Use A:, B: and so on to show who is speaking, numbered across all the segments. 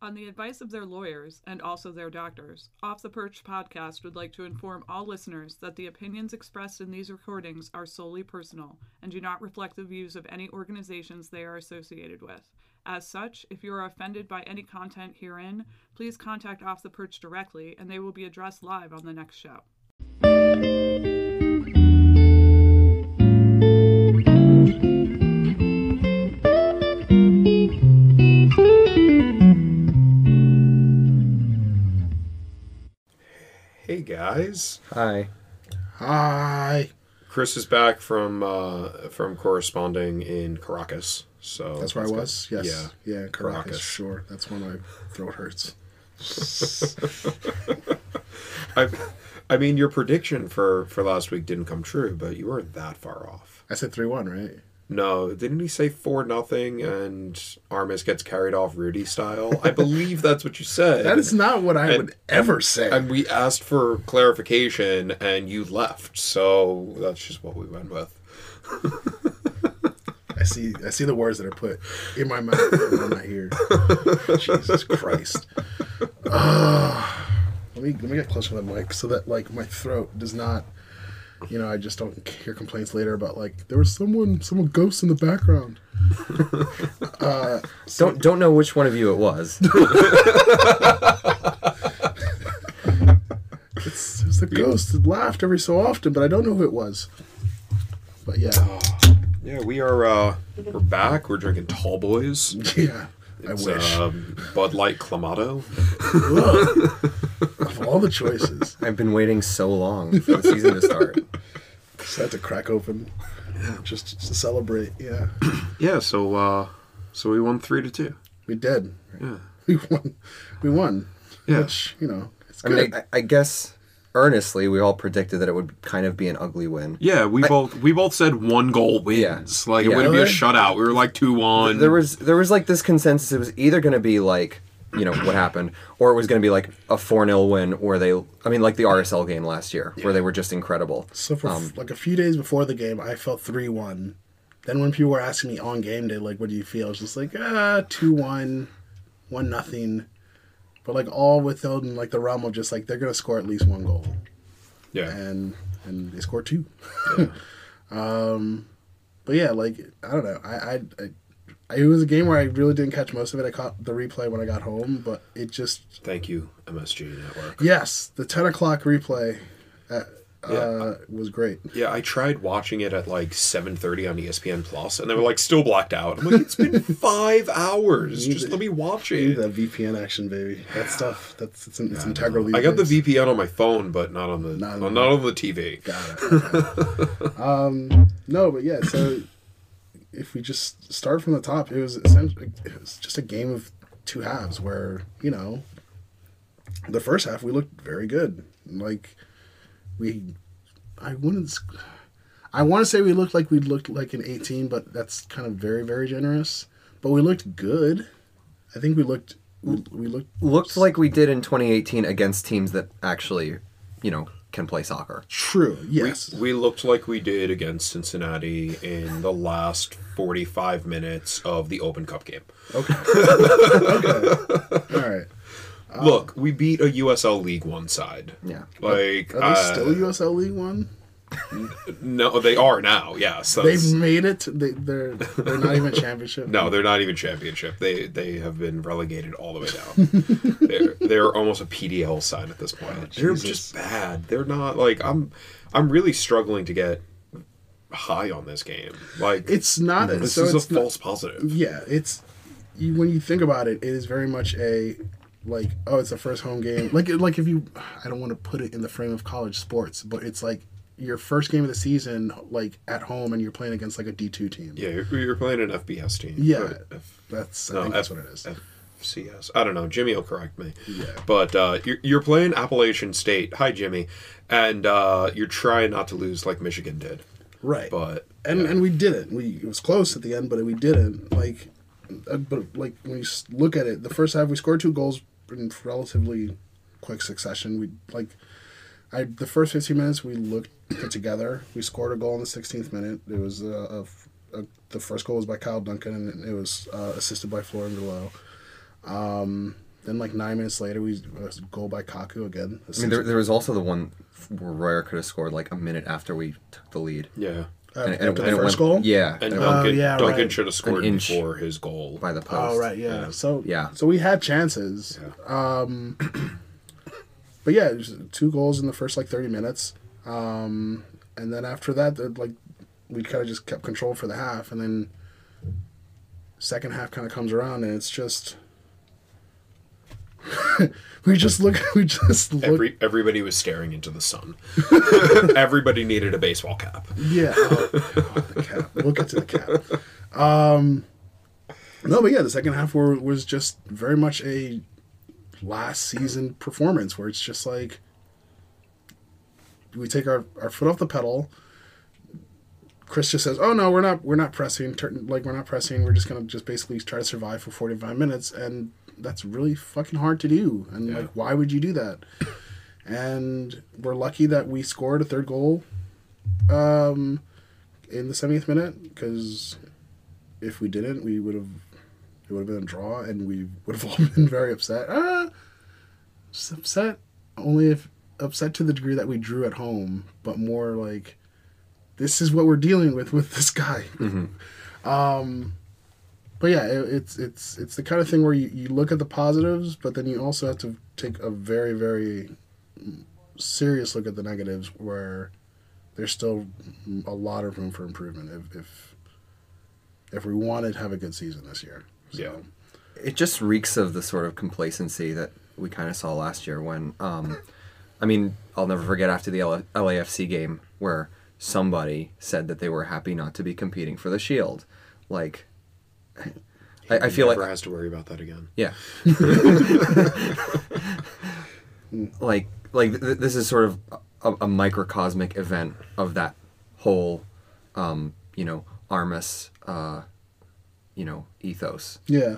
A: On the advice of their lawyers and also their doctors, Off the Perch podcast would like to inform all listeners that the opinions expressed in these recordings are solely personal and do not reflect the views of any organizations they are associated with. As such, if you are offended by any content herein, please contact Off the Perch directly and they will be addressed live on the next show.
B: Hey guys,
C: Hi.
D: Hi.
B: Chris is back from uh, from corresponding in Caracas. So
D: That's where I was. Yes.
B: Yeah.
D: Yeah. Caracas.
B: Caracas.
D: Sure. That's why my throat hurts.
B: I, I mean, your prediction for for last week didn't come true, but you weren't that far off.
D: I said three one, right?
B: No, didn't he say four nothing and Armis gets carried off Rudy style? I believe that's what you said.
D: That is not what I
B: And-
D: would ever say.
B: And we asked for clarification, and you left. So that's just what we went with.
D: I see. I see the words that are put in my mouth when I'm not here. Jesus Christ. Ah. let me let me get closer to the mic so that like my throat does not. You know, I just don't hear complaints later about like there was someone, someone ghosts in the background.
C: Don't don't know which one of you it was.
D: It's, it was the ghost that laughed every so often, but I don't know who it was. But yeah,
B: Yeah, we are. uh We're back. We're drinking Tall Boys.
D: yeah. I
B: It's,
D: wish.
C: uh,
B: Um, Bud Light Clamato.
D: Ugh. of all the choices,
C: I've been waiting so long for the season to start.
D: just had to crack open, just to celebrate. Yeah,
B: Yeah, so uh so we won three to two.
D: we did.
B: Yeah.
D: We won. We won.
B: Yeah.
D: Which you know, it's
C: I
D: good.
C: mean, I, I guess earnestly we all predicted that it would kind of be an ugly win.
B: Yeah, we both we both said one goal wins. Like it
C: Yeah.
B: wouldn't be a
D: Really?
B: shutout. We were like two one.
C: There was there was like this consensus. It was either going to be like you know what happened, or it was going to be like a four 0 win where they. I mean, like the RSL game last year where they were just incredible.
D: so for
C: um,
D: f like a few days before the game, I felt three one. Then when people were asking me on game day, like, what do you feel? I was just like, ah, two one, one nothing. But like all within like the realm of just like they're gonna score at least one goal,
B: yeah.
D: and and they scored two. Um,
B: yeah.
D: But yeah, like I don't know. I, I, I I- it was a game where I really didn't catch most of it. I caught the replay when I got home, but it just
B: Thank you, MSG Network.
D: yes, the ten o'clock replay uh,
B: Yeah.
D: uh, was great.
B: Yeah, I tried watching it at like seven thirty on E ESPN Plus and they were like still blacked out. I'm like, it's been five hours. Just let me watch
D: Need
B: it.
D: that VPN action, baby. That stuff. That's it's, it's integral.
B: I
D: these
B: got the
D: days.
B: VPN on my phone, but not on the
D: Not
B: not,
D: on
B: not,
D: the-
B: on the TV.
D: Got it. okay. um, no, but yeah. So if we just start from the top, it was essentially it was just a game of two halves where you know the first half we looked very good. Like we, I wouldn't. s- I want to say we looked like we looked like an 18, but that's kind of very very generous. But we looked good. I think we looked we, we looked
C: Looked like we did in 2018 against teams that actually, you know, can play soccer.
D: true.
B: We-
D: Yes.
B: We, looked like we did against Cincinnati in the last 45 minutes of the Open Cup game.
D: okay. okay. All right. Um,
B: Look, we beat a USL League One side.
C: Yeah.
B: Like,
D: Are they
B: uh,
D: still USL League One?
B: no, they are now. Yes, that's-
D: They've made it. They, they're they're not even championship.
B: no, they're not even championship. They they have been relegated all the way down. they're they're almost a PDL side at this point. they're
D: Jesus.
B: just bad. They're not like I'm. I'm really struggling to get high on this game. Like
D: it's not.
B: this
D: so
B: is a
D: it's not-
B: false positive.
D: yeah, it's you, when you think about it, it is very much a like oh, it's the first home game. Like like if you, I don't want to put it in the frame of college sports, but it's like your first game of the season, like at home, and you're playing against like a D two team.
B: Yeah, you're, you're playing an FBS team.
D: Yeah.
B: but F-
D: that's I
B: No,
D: think that's
B: Oh, F-
D: what it is.
B: FCS. I don't know. Jimmy will correct me.
D: Yeah.
B: But uh, you're, you're playing Appalachian State. Hi, Jimmy. And uh, you're trying not to lose like Michigan did.
D: right,
B: But
D: and
B: yeah.
D: and we didn't. We it was close at the end, but we didn't. Like, uh, but like when you s- look at it, the first half we scored two goals in relatively quick succession. We like, I the first fifteen minutes we looked put together. We scored a goal in the sixteenth minute. It was uh, a f- a- the first goal was by Kyle Duncan, and it was uh, assisted by Florian Below. Um, Then like nine minutes later, we uh, goal by Kaku again.
C: I mean, there, there was also the one where Royer could have scored like a minute after we took the lead.
B: Yeah.
D: Uh,
C: And- and-
D: the
C: and it went-
D: first goal.
C: Yeah.
B: And
C: it went
B: Duncan,
D: Oh, yeah,
B: Duncan
D: right.
B: should have scored
C: inch.
B: before his goal.
C: by the post.
D: Oh right, yeah. So
C: Yeah.
D: so we had chances. Um, but yeah, it was two goals in the first like thirty minutes, um, and then after that, they're, like we kind of just kept control for the half, and then second half kind of comes around, and it's just we just look we just look
B: Every, everybody was staring into the sun. everybody needed a baseball cap.
D: Yeah. Oh, God, the cap. We'll get to the cap. Um, no, but yeah, the second half were, was just very much a last season performance where it's just like we take our, our foot off the pedal. Chris just says, "Oh no, we're not we're not pressing. Turn, like we're not pressing. We're just gonna just basically try to survive for forty five minutes, and that's really fucking hard to do. And
B: Yeah.
D: like, why would you do that? And we're lucky that we scored a third goal um, in the 70th minute because if we didn't, we would have it would have been a draw, and we would have all been very upset. Ah, just upset only if upset to the degree that we drew at home, but more like this is what we're dealing with with this guy. Um, but yeah, it, it's it's it's the kind of thing where you, you look at the positives, but then you also have to take a very very serious look at the negatives where there's still a lot of room for improvement if if, if we wanted to have a good season this year. So,
B: Yeah.
C: it just reeks of the sort of complacency that we kind of saw last year when um, i mean i'll never forget after the LA- lafc game where somebody said that they were happy not to be competing for the shield like i, I feel like
B: Never has to worry about that again.
C: yeah. like like th- th- this is sort of a, a microcosmic event of that whole um, you know, Armis uh, you know, ethos.
D: Yeah.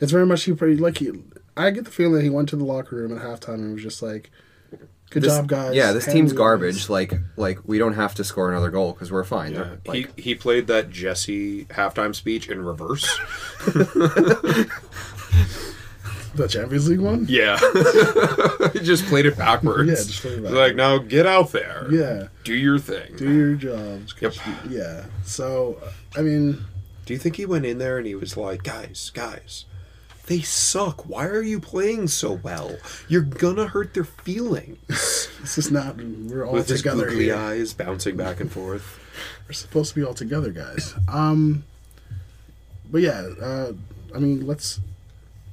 D: It's very much he pretty like he. I get the feeling that he went to the locker room at halftime and was just like, "Good
C: This-
D: job, guys."
C: Yeah, this
D: Hand
C: team's
D: me
C: garbage. Like like we don't have to score another goal cuz we're fine.
B: Yeah.
C: They're, Uh, Like
B: he he played that Jesse halftime speech in reverse.
D: these." The Champions League one.
B: yeah. he just played it backwards.
D: Yeah, just played it backwards.
B: Like now get out there.
D: Yeah.
B: Do your thing.
D: Do your jobs. 'cause
B: Yep.
D: you- Yeah. So, I mean,
B: Do you think he went in there and he was like, guys, guys, they suck. Why are you playing so well? You're gonna hurt their feelings.
D: this is not. We're all
B: With his
D: together
B: googly
D: here.
B: eyes bouncing back and forth.
D: We're supposed to be all together, guys. Um, but yeah, uh, I mean, let's.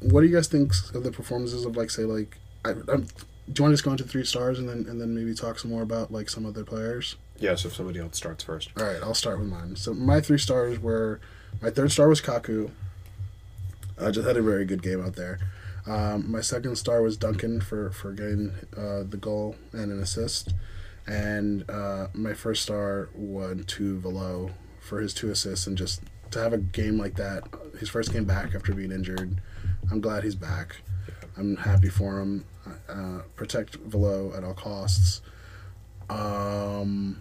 D: What do you guys think of the performances of like, say, like, I, I'm, do you want to just go into three stars and then and then maybe talk some more about like some other players?
B: Yes, if somebody else starts first.
D: All right, I'll start with mine. So my three stars were, my third star was Kaku. I just had a very good game out there. Um, my second star was Duncan for for getting uh, the goal and an assist, and uh, my first star went to Velo for his two assists and just to have a game like that, his first game back after being injured. I'm glad he's back. I'm happy for him. Uh, protect Velo at all costs. Um,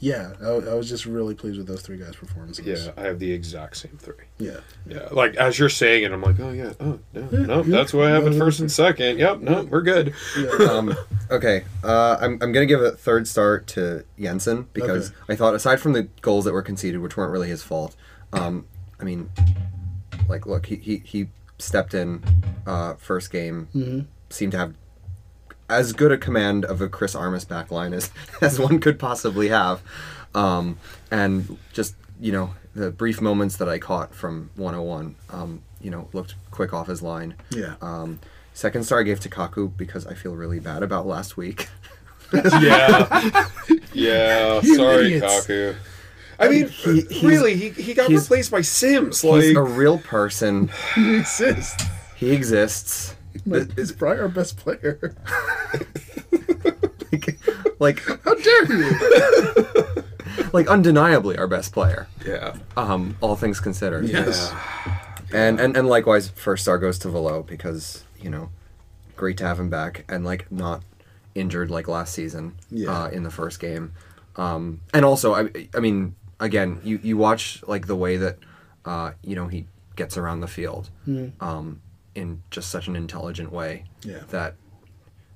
D: yeah, I, I was just really pleased with those three guys' performances.
B: Yeah, I have the exact same three.
D: yeah.
B: Yeah, like as you're saying it, I'm like, oh yeah, oh no, no,
D: yeah.
B: that's what I have at first and second. Yep, no, we're good.
C: um, okay, uh, I'm, I'm going to give a third star to Jensen because
D: Okay.
C: I thought, aside from the goals that were conceded, which weren't really his fault, um, I mean, like, look, he, he, he stepped in uh, first game, seemed to have as good a command of a Chris Armas back line as, as one could possibly have. Um, and just, you know, the brief moments that I caught from 101, um, you know, looked quick off his line.
D: Yeah.
C: Um, second star I gave to Kaku because I feel really bad about last week.
B: Yeah, yeah.
D: You
B: sorry,
D: idiots.
B: Kaku. I mean,
C: He- he's-
B: really, he, he got
C: he's-
B: replaced by Sims. Like,
C: He's a real person.
D: He exists.
C: He exists.
D: Like, he's probably our best player.
C: like,
D: How dare you?
C: like undeniably our best player.
B: yeah,
C: Um, all things considered.
D: Yes.
C: And, and and likewise, first star goes to Velo because you know, great to have him back and like not injured like last season
D: Yeah.
C: uh, in the first game. Um, and also, I, I mean, again, you you watch like the way that uh, you know he gets around the field. Um, in just such an intelligent way
D: Hmm. Yeah.
C: that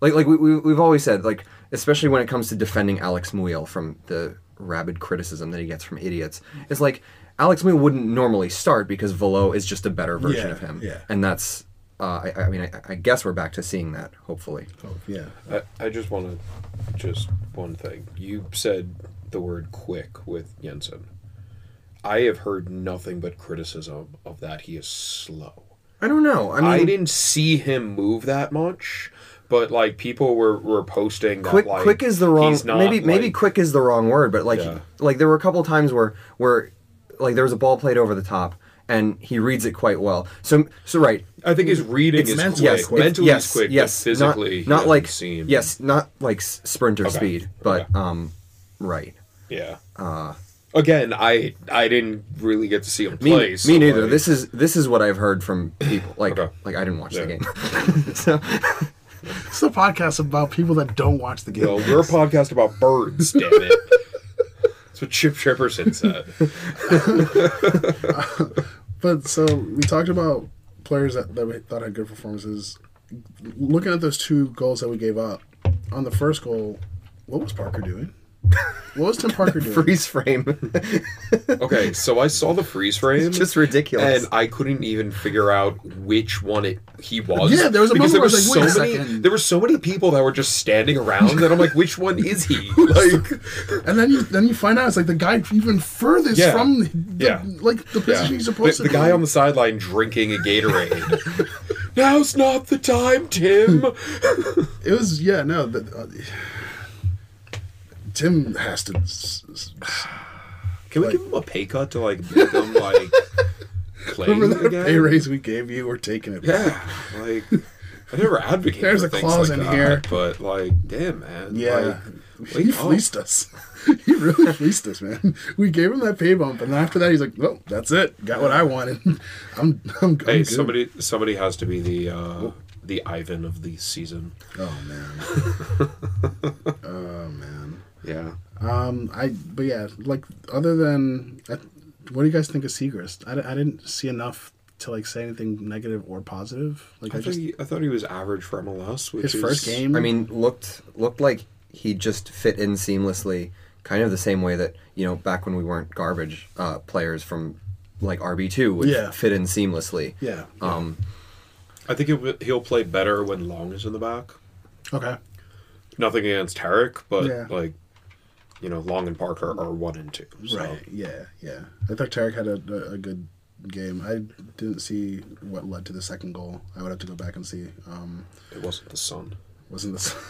C: like like we, we, we've always said like especially when it comes to defending alex muil from the rabid criticism that he gets from idiots it's like alex muil wouldn't normally start because velo is just a better version
D: Yeah,
C: of him
D: yeah.
C: and that's uh, I, I mean I, I guess we're back to seeing that hopefully
D: Oh, yeah.
B: I, I just want to, just one thing. You said the word quick with Jensen. I have heard nothing but criticism of that. He is slow.
C: i don't know i mean
B: I didn't see him move that much, but like people were, were posting that,
C: quick
B: like,
C: quick is the wrong
B: he's not,
C: maybe maybe
B: like-
C: quick is the wrong word but like
B: Yeah.
C: like there were a couple times where where like there was a ball played over the top and he reads it quite well so so right
B: I think his reading is
D: It's mentally
B: quick.
D: quick.
B: Mentally
C: yes
B: is quick,
C: yes
B: but physically
C: not, not
B: he
C: like
B: doesn't seem-
C: yes not like s- sprinter
B: Okay.
C: speed but
B: Okay.
C: um right
B: Yeah. Again, I I didn't really get to see him
C: me,
B: play.
C: me
B: so,
C: neither
B: like,
C: this is this is what i've heard from people like
B: Okay.
C: like i didn't watch the
B: Yeah.
C: game so
D: It's a podcast about people that don't watch the game.
B: Well, we're a podcast about birds, damn it. That's what Chip Shepperson said.
D: But so we talked about players that, that we thought had good performances. Looking at those two goals that we gave up, on the first goal, what was Parker doing? What was Tim Parker doing?
C: freeze frame
B: Okay, so I saw the freeze frame.
C: It's just ridiculous.
B: And I couldn't even figure out which one it he was.
D: Yeah, there was a
B: because
D: moment
B: there
D: where I
B: were
D: was like, wait
B: so
D: a
B: many
D: second.
B: there were so many people that were just standing around that I'm like, which one is he? Like
D: And then you then you find out it's like the guy even furthest
B: Yeah.
D: from the,
B: Yeah.
D: like the
B: yeah.
D: position he's
B: the,
D: supposed
B: the
D: to. be.
B: guy on the sideline drinking a Gatorade. Now's not the time, Tim.
D: it was yeah no but, uh, Tim has to s- s-
B: Can we give him a pay cut to like make him like play
D: remember that
B: again?
D: pay raise we gave you. We're taking it. back.
B: Yeah, like I never advocated.
D: There's
B: for
D: a
B: things
D: clause
B: like
D: in
B: that,
D: here.
B: but like, damn man,
D: Yeah.
B: like, oh.
D: he
B: wake up.
D: fleeced us. he really fleeced us, man. We gave him that pay bump, and after that, he's like, "Well, that's it. Got what I wanted. I'm, I'm, i
B: Hey, somebody, somebody has to be the uh, the Ivan of the season.
D: Oh man. oh man.
B: Yeah,
D: Um, I. But yeah, like other than, I, what do you guys think of Seagrist? I, di- I didn't see enough to like say anything negative or positive. Like
B: I,
D: I,
B: thought
D: just
B: he, I thought he was average for MLS. Which
D: his
B: is,
D: first game.
C: I mean, looked looked like he just fit in seamlessly, kind of the same way that you know back when we weren't garbage uh, players from like RB two would
D: Yeah.
C: fit in seamlessly.
D: yeah.
C: Um,
B: I think he'll, he'll play better when Long is in the back.
D: Okay.
B: Nothing against Tarek, but
D: Yeah.
B: like, you know, Long and Parker are one and two. So.
D: Right. Yeah. Yeah. I thought Tarek had a, a, a good game. I didn't see what led to the second goal. I would have to go back and see. Um,
B: It wasn't the sun.
D: wasn't this?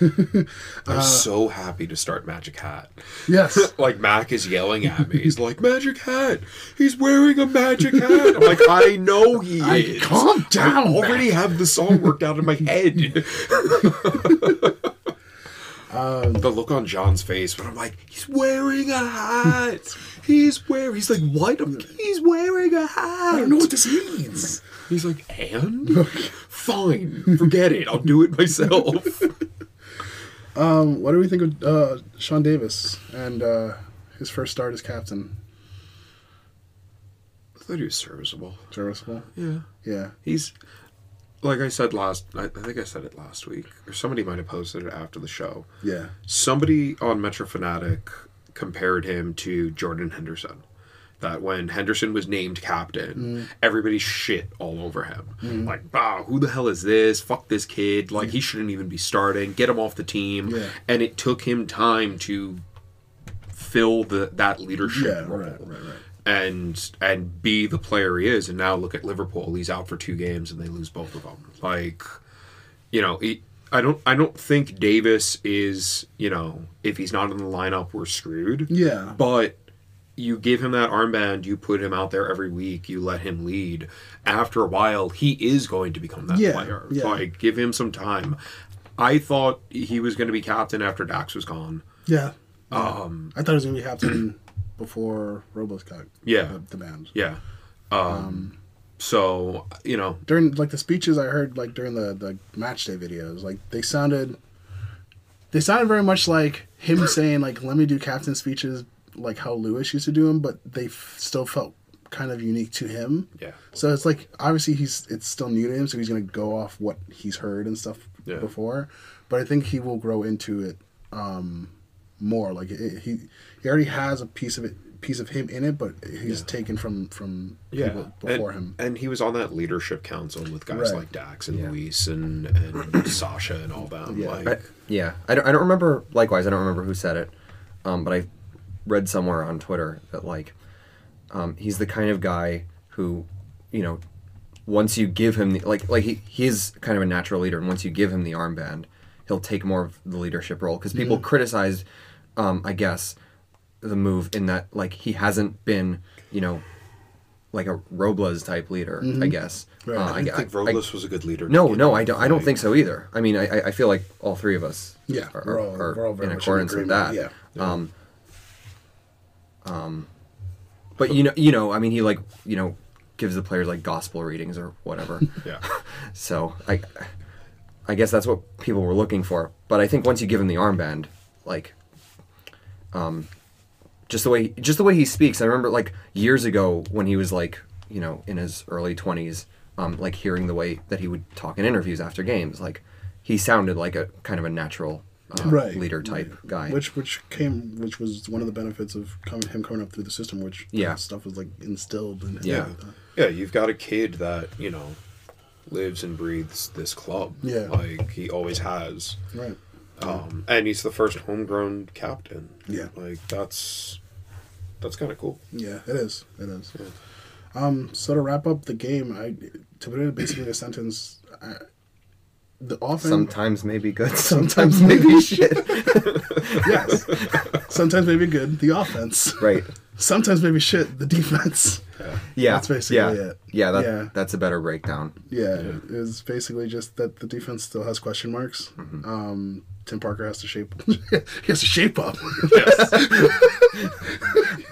D: Uh,
B: I'm so happy to start Magic Hat.
D: yes.
B: like Mac is yelling at me. He's like, "Magic hat! He's wearing a magic hat!" I'm like, "I know he
D: I,
B: is. I
D: calm down. Matt.
B: already have the song worked out in my head." the look on John's face, but I'm like, "He's wearing a hat. He's wearing." He's like, "What? I'm, like, he's wearing a hat."
D: I don't know what this means.
B: He's like, "And fine, forget it. I'll do it myself."
D: Um, what do we think of uh, Sean Davis and uh, his first start as captain?
B: I thought he was serviceable.
D: Serviceable.
B: Yeah.
D: Yeah.
B: He's like I said last. I, I think I said it last week, or somebody might have posted it after the show.
D: Yeah.
B: Somebody on Metro Fanatic compared him to Jordan Henderson. That when Henderson was named
D: Mm.
B: captain, everybody shit all over him. Like, wow, who the hell is this? Fuck this kid. Like, he shouldn't even be starting. Get him off the team.
D: Yeah.
B: And it took him time to fill the that leadership
D: Yeah.
B: role
D: Right. Right. Right.
B: and and be the player he is. And now look at Liverpool; he's out for two games, and they lose both of them. Like, you know, he, I don't I don't think Davis is you know if he's not in the lineup, we're screwed.
D: Yeah.
B: But you give him that armband, you put him out there every week, you let him lead. After a while, he is going to become that
D: Yeah,
B: player.
D: yeah.
B: Like, give him some time. I thought he was going to be captain after Dax was gone.
D: Yeah. Um, I thought it was gonna be captain before Robles got
B: Yeah.
D: the, the band.
B: Yeah. Um, so you know,
D: during like the speeches I heard like during the the match day videos, like they sounded they sounded very much like him saying like let me do captain speeches like how Lewis used to do them, but they f- still felt kind of unique to him.
B: Yeah.
D: So it's like obviously he's it's still new to him, so he's gonna go off what he's heard and stuff
B: Yeah.
D: before. But I think he will grow into it um, more. Like it, he he already has a piece of it piece of him in it, but he's taken from from people before
B: and,
D: him.
B: And he was on that leadership council with guys
D: Right.
B: like Dax and Luis and, and Sasha and all that. Like,
C: I, yeah, I don't, I don't remember. Likewise, I don't remember who said it, um, but I read somewhere on Twitter that like um, he's the kind of guy who, you know, once you give him the, like like he he is kind of a natural leader, and once you give him the armband, he'll take more of the leadership role because people criticize, um, I guess, the move in that like he hasn't been, you know. Like a Robles type leader, I guess. Uh,
B: I didn't
C: I-
B: think
C: I-
B: Robles was a good leader. to
C: no,
B: begin
C: no, I
B: with,
C: don't. I don't
B: like-
C: think so either. I mean, I, I- I feel like all three of us,
D: Yeah,
C: are,
D: we're
C: are,
D: all- we're all very
C: in
D: much in
C: accordance with that.
D: agreement,
C: Um, um, but you know, you know, I mean, he like you know gives the players like gospel readings or whatever.
B: Yeah.
C: so I, I guess that's what people were looking for. But I think once you give him the armband, like, um, just the way just the way he speaks. I remember like years ago when he was like you know in his early twenties, um, like hearing the way that he would talk in interviews after games. Like he sounded like a kind of a natural uh,
D: Right.
C: leader type guy.
D: Which which came which was one of the benefits of coming, him coming up through the system, which
C: Yeah.
D: stuff was like instilled in him.
C: Yeah.
B: Yeah, you've got a kid that, you know, lives and breathes this club.
D: Yeah.
B: Like he always has.
D: Right.
B: Um, and he's the first homegrown captain.
D: Yeah.
B: Like that's that's kind of cool.
D: Yeah, it is. It is. Um, so to wrap up the game, I to put it in basically a sentence, I, the offense.
C: Sometimes maybe good, sometimes maybe shit.
D: yes. sometimes maybe good. The offense.
C: right.
D: Sometimes maybe shit. The defense.
C: Yeah.
D: That's basically
C: yeah.
D: it.
C: Yeah, that,
D: Yeah.
C: That's a better breakdown.
D: Yeah, it was basically just that the defense still has question marks.
C: Mm-hmm.
D: Um, Tim Parker has to shape. he has to shape up.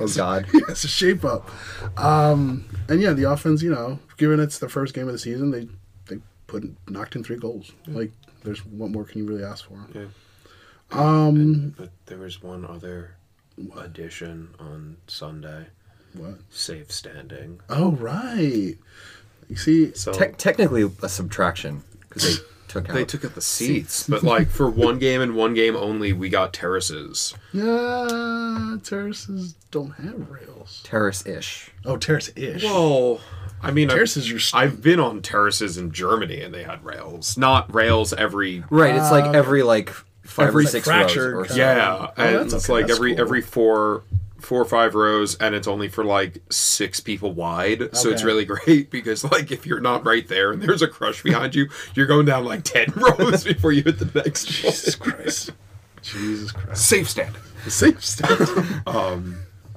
C: Oh God.
D: It's a shape up. Um, and yeah, the offense, you know, given it's the first game of the season, they they put in- knocked in three goals. Like, there's what more can you really ask for?
B: Yeah.
D: Um,
B: But there was one other addition on Sunday.
D: what?
B: Save standing.
D: Oh right. You see,
B: So
C: Te- technically a subtraction because they took out.
B: they took out the seats, but like for one game and one game only, we got terraces.
D: yeah, uh, terraces don't have rails.
C: terrace-ish.
D: Oh, terrace ish.
B: Well, Oh, I mean, I've-
D: Terraces are st-
B: I've been on terraces in Germany and they had rails, not rails every.
C: Right. It's like every like five
D: Every,
C: or
D: like,
C: six rows.
D: fracture
C: Or
D: kind
C: something.
B: Yeah,
D: Oh,
B: and
D: that's
B: it's
D: okay,
B: like
D: that's
B: every
D: cool.
B: every four four or five rows, and it's only for like six people wide. So it's
D: Okay.
B: really great because like if you're not right there and there's a crush behind you, you're going down like ten rows before you hit the next.
D: Jesus
B: Jesus.
D: Christ. Jesus Christ.
B: Safe standing.
D: Safe state.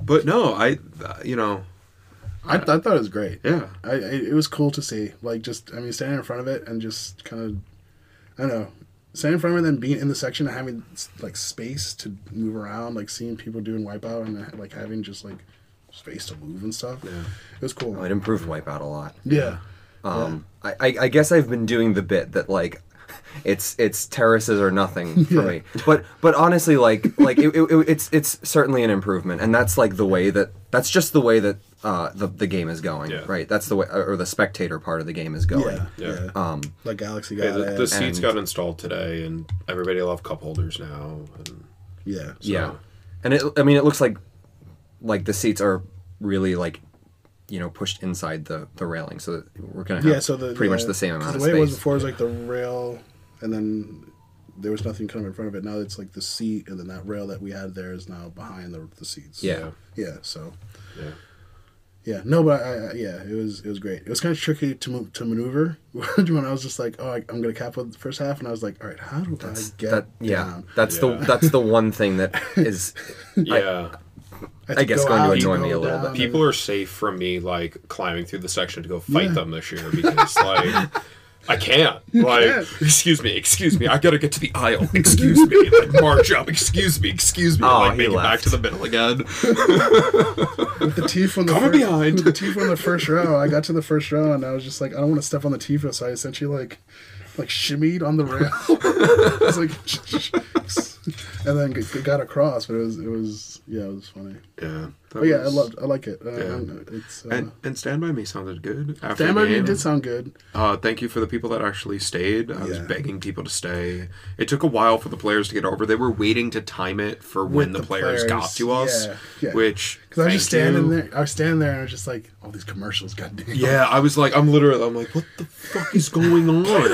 B: But no, I, uh, you know,
D: I, I thought it was great.
B: yeah,
D: I, I it was cool to see. Like just I mean standing in front of it and just kind of I don't know standing in front of it and being in the section and having like space to move around, like seeing people doing wipeout and uh, like having just like space to move and stuff.
B: Yeah.
D: It was cool.
C: Oh, it improved wipeout a lot.
D: yeah.
C: Um, I, I, I guess I've been doing the bit that like, it's it's terraces or nothing for me. But but honestly, like like it, it- it- it's it's certainly an improvement, and that's like the way that that's just the way that uh, the the game is going.
B: Yeah.
C: Right. That's the way or the spectator part of the game is going.
D: Yeah. Yeah.
B: Yeah.
C: Um,
D: like Galaxy got
B: Hey, the,
D: it.
B: the seats
C: and-
B: got installed today, and everybody will have cup holders now. And
D: yeah.
C: Yeah, and it, I mean, it looks like like the seats are really like you know pushed inside the the railing, so that we're gonna have
D: Yeah, so the
C: pretty much
D: yeah,
C: the same
D: 'cause
C: amount of
D: The way it was
C: space.
D: before is like the rail, and then there was nothing kind of in front of it. Now it's like the seat, and then that rail that we had there is now behind the, the seats.
C: Yeah.
D: yeah. So
B: yeah,
D: Yeah, no, but I, I, yeah, it was it was great. It was kind of tricky to mo- to maneuver when I was just like, oh, I, I'm gonna cap with the first half, and I was like, all right, how do I get
C: That, yeah,
D: down?
C: that's
B: Yeah.
C: the that's the one thing that is
B: yeah.
D: have to
C: I guess
D: go
C: going to
D: out and
C: annoy
D: go
C: me a little bit.
D: down
B: people are safe from me like climbing through the section to go fight them this year because like I can't. Like,
D: can't.
B: excuse me, excuse me. I gotta get to the aisle. Excuse me. Like, march up. Excuse me, excuse me.
C: Aw,
B: like,
C: he
B: make it back
C: left.
B: to the middle again.
D: with the teeth on the
B: Coming
D: fir-
B: behind.
D: with the teeth on the first row. I got to the first row, and I was just like, I don't want to step on the teeth, so I essentially like like shimmied on the rail. I was like, and then g- g- got across. But it was it was yeah, it was funny.
B: Yeah. that
D: But yeah, I
B: was-
D: loved I like it. Uh,
B: Yeah.
D: and It's uh,
B: And, and Stand By Me sounded good. After
D: Stand by
B: the
D: Me
B: game.
D: did sound good.
B: Uh, thank you for the people that actually stayed. I was
D: Yeah.
B: begging people to stay. It took a while for the players to get over. They were waiting to time it for when the,
D: the
B: players, got
D: players,
B: to us,
D: yeah, yeah.
B: which
D: Because I was
B: thank
D: just standing
B: you.
D: there. I was standing there and I was just like, all these commercials, goddamn.
B: Yeah, I was like, I'm literally, I'm like, what the fuck is going on?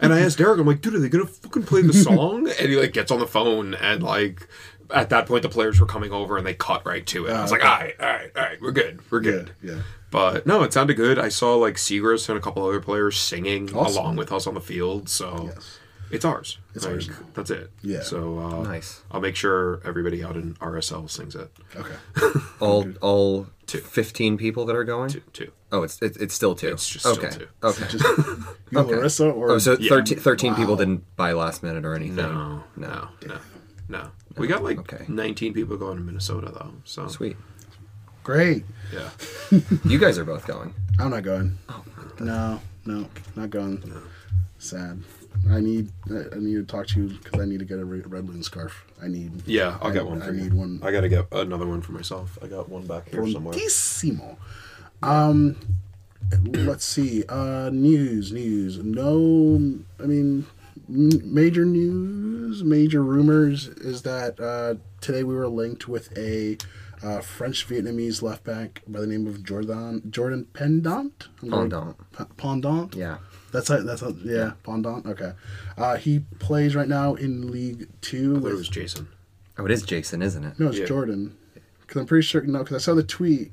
B: And I asked Derek, I'm like, dude, are they gonna fucking play the song? And he like gets on the phone and like, at that point the players were coming over and they cut right to it. I was like, all right, all right, all right, we're good, we're good.
D: yeah.
B: But no, it sounded good. I saw like Seagrass and a couple other players singing
D: Awesome.
B: along with us on the field, so
D: Yes.
B: it's ours.
D: It's ours now.
B: That's it.
D: Yeah.
B: So uh,
C: Nice.
B: I'll make sure everybody out in RSL sings it.
D: Okay.
C: All all fifteen people that are going.
B: Two, two.
C: Oh, it's it's it's still two.
B: It's just still
C: okay.
B: two.
C: Okay.
D: Just you, Larissa, or
C: Oh, so 13, 13 people didn't buy last minute or anything.
B: No, no, no, no. We got like
C: Okay.
B: 19 people going to Minnesota though. So
C: Sweet.
D: great.
B: Yeah.
C: You guys are both going.
D: I'm not going.
B: Oh,
D: no, no, not going. Sad. I need. I I need to talk to you because I need to get a re- red moon scarf. I need.
B: Yeah, I'll
D: I-
B: get one
D: I
B: for you.
D: need one.
B: I got to get another one for myself. I got one back here somewhere.
D: Bellissimo. Um, let's see. Uh, news, news. No, I mean, m- major news, major rumors is that uh, today we were linked with a uh, French Vietnamese left back by the name of Jordan Jordan Pendant. I'm going-
C: Pendant.
D: P- Pendant.
C: Yeah.
D: That's how, that's how, yeah, Pendant. Okay. Uh, he plays right now in League Two.
B: But it
D: with-
B: was Jason.
C: Oh, it is Jason, isn't it?
D: no, it's
B: Yeah.
D: Jordan. Because I'm pretty sure. No, because I saw the tweet.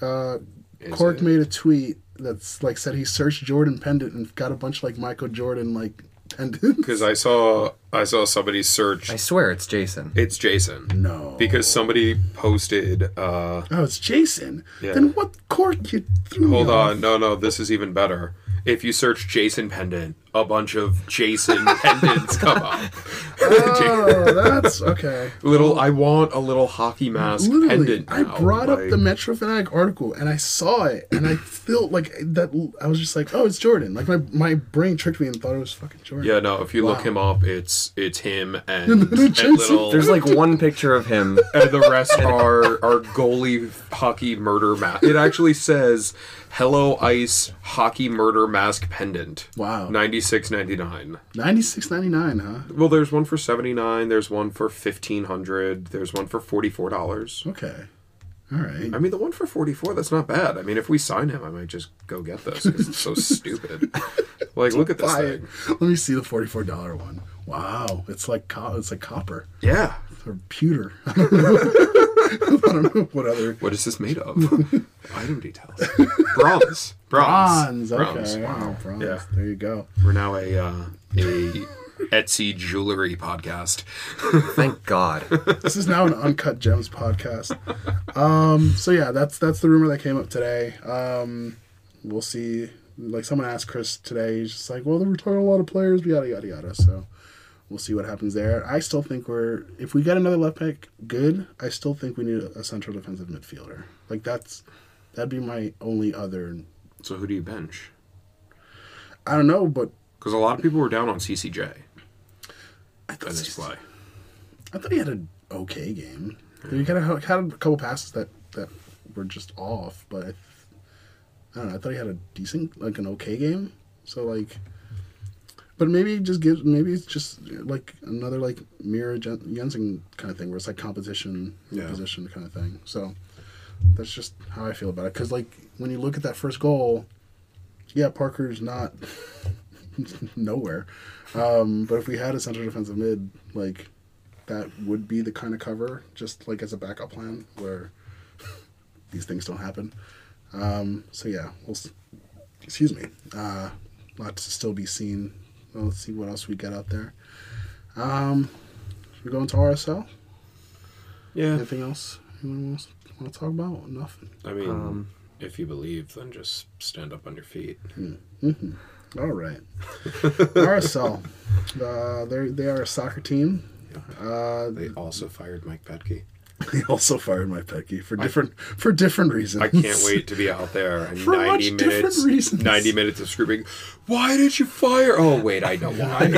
D: Uh,
B: Is
D: Cork
B: it?
D: made a tweet that's like said he searched Jordan pendant and got a bunch like Michael Jordan like pendants.
B: Because I saw I saw somebody search.
C: I swear it's Jason.
B: It's Jason.
D: No.
B: Because somebody posted. uh
D: Oh, it's Jason.
B: Yeah.
D: Then what Cork you threw? me
B: Hold on, no, no, this is even better. If you search Jason pendant, a bunch of Jason pendants come up.
D: Oh, that's okay.
B: little, I want a little hockey mask
D: Literally,
B: pendant.
D: I
B: now,
D: brought up
B: like-
D: the Metro Fanatic article and I saw it and I felt like that. I was just like, oh, it's Jordan. Like my my brain tricked me and thought it was fucking Jordan.
B: Yeah, no. If you look
D: Wow.
B: him up, it's it's him and, and
D: Jason.
B: little.
C: There's like one picture of him.
B: and the rest are are goalie hockey murder mask. It actually says "Hello Ice Hockey Murder Mask Pendant."
D: Wow.
B: ninety six ninety nine.
D: Ninety six ninety nine, huh?
B: Well, there's one for seventy nine. There's one for fifteen hundred. There's one for forty four dollars.
D: Okay. All right.
B: I mean, the one for forty four. That's not bad. I mean, if we sign him, I might just go get this. 'cause it's so stupid. Like, look at this
D: Buy it.
B: thing.
D: Let me see the forty four dollar one. Wow, it's like co- it's like copper.
B: Yeah.
D: or pewter. I don't know. I don't know what other
B: What is this made of? Item details. Bronze. Bronze.
D: bronze. Okay, wow, bronze.
B: Yeah.
D: There you go.
B: We're now a uh, a Etsy jewelry podcast.
C: Thank God.
D: This is now an uncut gems podcast. Um, so yeah, that's that's the rumor that came up today. Um, we'll see. Like someone asked Chris today, he's just like, "Well, they retired a lot of players, yada yada yada." So we'll see what happens there. I still think we're if we get another left back, good. I still think we need a central defensive midfielder. Like that's that'd be my only other.
B: So who do you bench?
D: I don't know, but
B: Because a lot of people were down on CCJ
D: I
B: at this play.
D: I thought he had an okay game. He kind of had a couple passes that that were just off, but I, th- I don't know. I thought he had a decent, like an okay game. So like, but maybe it just gives maybe it's just like another like Mira Jen- Jensen kind of thing where it's like competition
B: Yeah.
D: position kind of thing. So that's just how I feel about it. Because like when you look at that first goal, yeah, Parker's not nowhere. Um, but if we had a central defensive mid, like that would be the kind of cover, just like as a backup plan, where these things don't happen. Um, so yeah, we'll. s- Excuse me. Uh, lot to still be seen. Well, let's see what else we get out there. Um, should we go into RSL?
B: Yeah.
D: Anything else anyone wants want to talk about? Nothing.
B: I mean,
D: Um,
B: if you believe, then just stand up on your feet.
D: All right. RSL. Uh, they they are a soccer team. Uh,
B: They also fired Mike Petke.
D: they also fired Mike Petke for different for different reasons.
B: I can't wait to be out there and
D: For
B: 90
D: much different
B: minutes
D: reasons.
B: 90 minutes of screaming, "Why did you fire?" Oh, wait, I know why.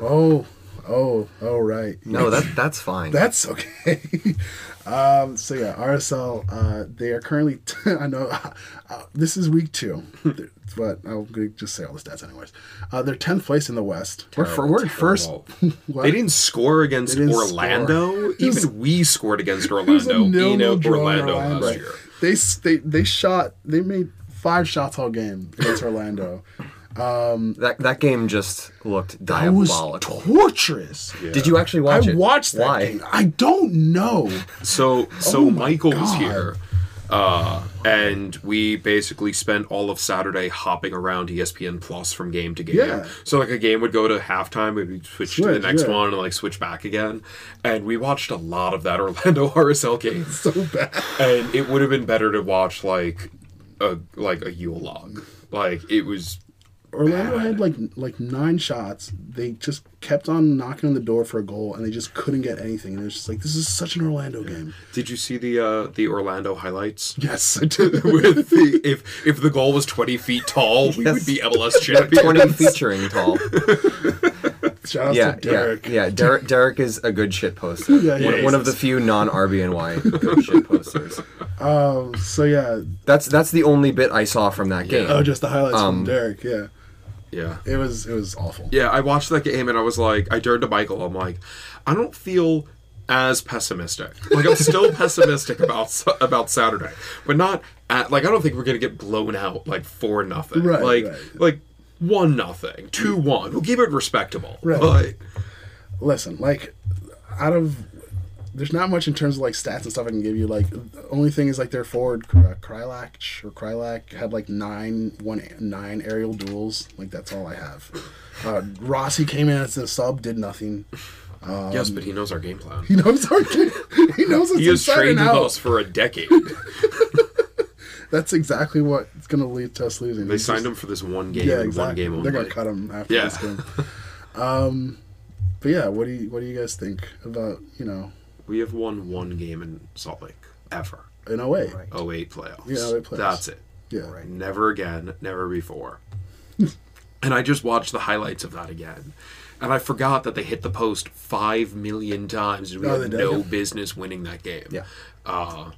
D: Oh, Oh, oh right.
C: No, that that's fine.
D: That's okay. um, so yeah, RSL. Uh, they are currently. T- I know uh, this is week two, but I'm gonna just say all the stats anyways. Uh, they're tenth place in the West.
C: Uh,
D: we're fir- we're in first.
B: Terrible.
D: What?
B: They didn't score against
D: They didn't
B: Orlando.
D: was-
B: Even we scored against
D: It was a
B: Orlando in
D: nil-nil draw in
B: Orlando
D: Orlando.
B: last year.
D: They s- they they shot. They made five shots all game against Orlando.
C: that that game just looked
D: It was
C: diabolical.
D: torturous.
C: Did you actually
D: I
C: watch it?
D: watched that
C: Why?
D: game. I don't know.
B: So so Michael was
D: Oh God.
B: here. Uh, and we basically spent all of Saturday hopping around E ESPN Plus from game to game.
D: Yeah.
B: So like a game would go to halftime, we'd switch, to the
D: Switch,
B: next
D: yeah.
B: one and like switch back again. And we watched a lot of that Orlando RSL game.
D: So bad.
B: and it would have been better to watch like a like a Yule log. Like it was
D: Orlando had like like nine shots. They just kept on knocking on the door for a goal, and they just couldn't get anything. And it was just like this is such an Orlando game.
B: Did you see the uh, the Orlando highlights?
D: Yes, I did.
B: With the if if the goal was twenty feet tall, we would be MLS champions.
C: Twenty featuring tall.
D: Shout out
C: Yeah, yeah,
D: to Derek.
C: yeah. Derek Derek is a good shit poster.
D: Yeah, he
C: one,
D: is.
C: one of the few non RBNY good shit posters.
D: Um, so yeah,
C: That's that's the only bit I saw from that game.
D: oh, just the highlights from Derek. Yeah,
B: Yeah,
D: it was it was awful.
B: yeah. I watched that game and I was like, I turned to Michael. I'm like, I don't feel as pessimistic. Like I'm still pessimistic about Sa- about Saturday, but not at, like I don't think we're gonna get blown out like four nothing.
D: Right,
B: like
D: right.
B: like one nothing, two one. We'll keep it respectable.
D: Right.
B: But
D: Listen, like out of there's not much in terms of like stats and stuff I can give you. Like the only thing is like their forward uh, Krylak or Krylak had like nine one nine aerial duels. Like that's all I have. Uh, Rossi came in as a sub, did nothing.
B: yes, but he knows our game plan.
D: Um, He knows our game. He knows it's
B: He has
D: inside
B: trained
D: and
B: with
D: out.
B: us for a decade.
D: That's exactly what's going to lead to us losing.
B: They signed him for this one game
D: Yeah,
B: and
D: exactly.
B: one game only.
D: They're going to cut him after
B: Yeah.
D: this game. Um, but yeah, what do you what do you guys think about you know
B: We have won one game in Salt Lake ever.
D: in a way?
C: Right.
B: 08 playoffs.
D: Yeah, 08 playoffs.
B: That's it.
D: Yeah,
C: Right.
B: Never again, never before. and I just watched the highlights of that again. And I forgot that they hit the post five million times and we
D: Oh,
B: had
D: they did,
B: no
D: yeah.
B: business winning that game.
C: Yeah.
B: Uh,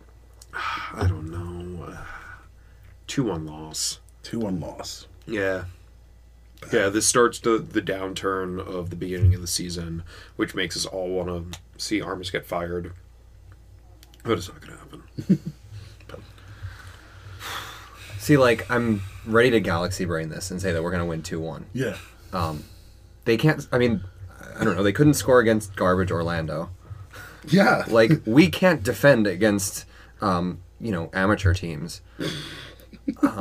B: I don't know. 2 1 loss.
D: two one loss.
B: Yeah. Yeah, this starts the, the downturn of the beginning of the season, which makes us all want to see Armas get fired. But it's not going to happen.
C: See, like I'm ready to galaxy brain this and say that we're gonna win two one.
D: Yeah,
C: They can't. I mean, I don't know. They couldn't score against garbage Orlando.
D: yeah.
C: Like we can't defend against, um, you know, amateur teams. Um,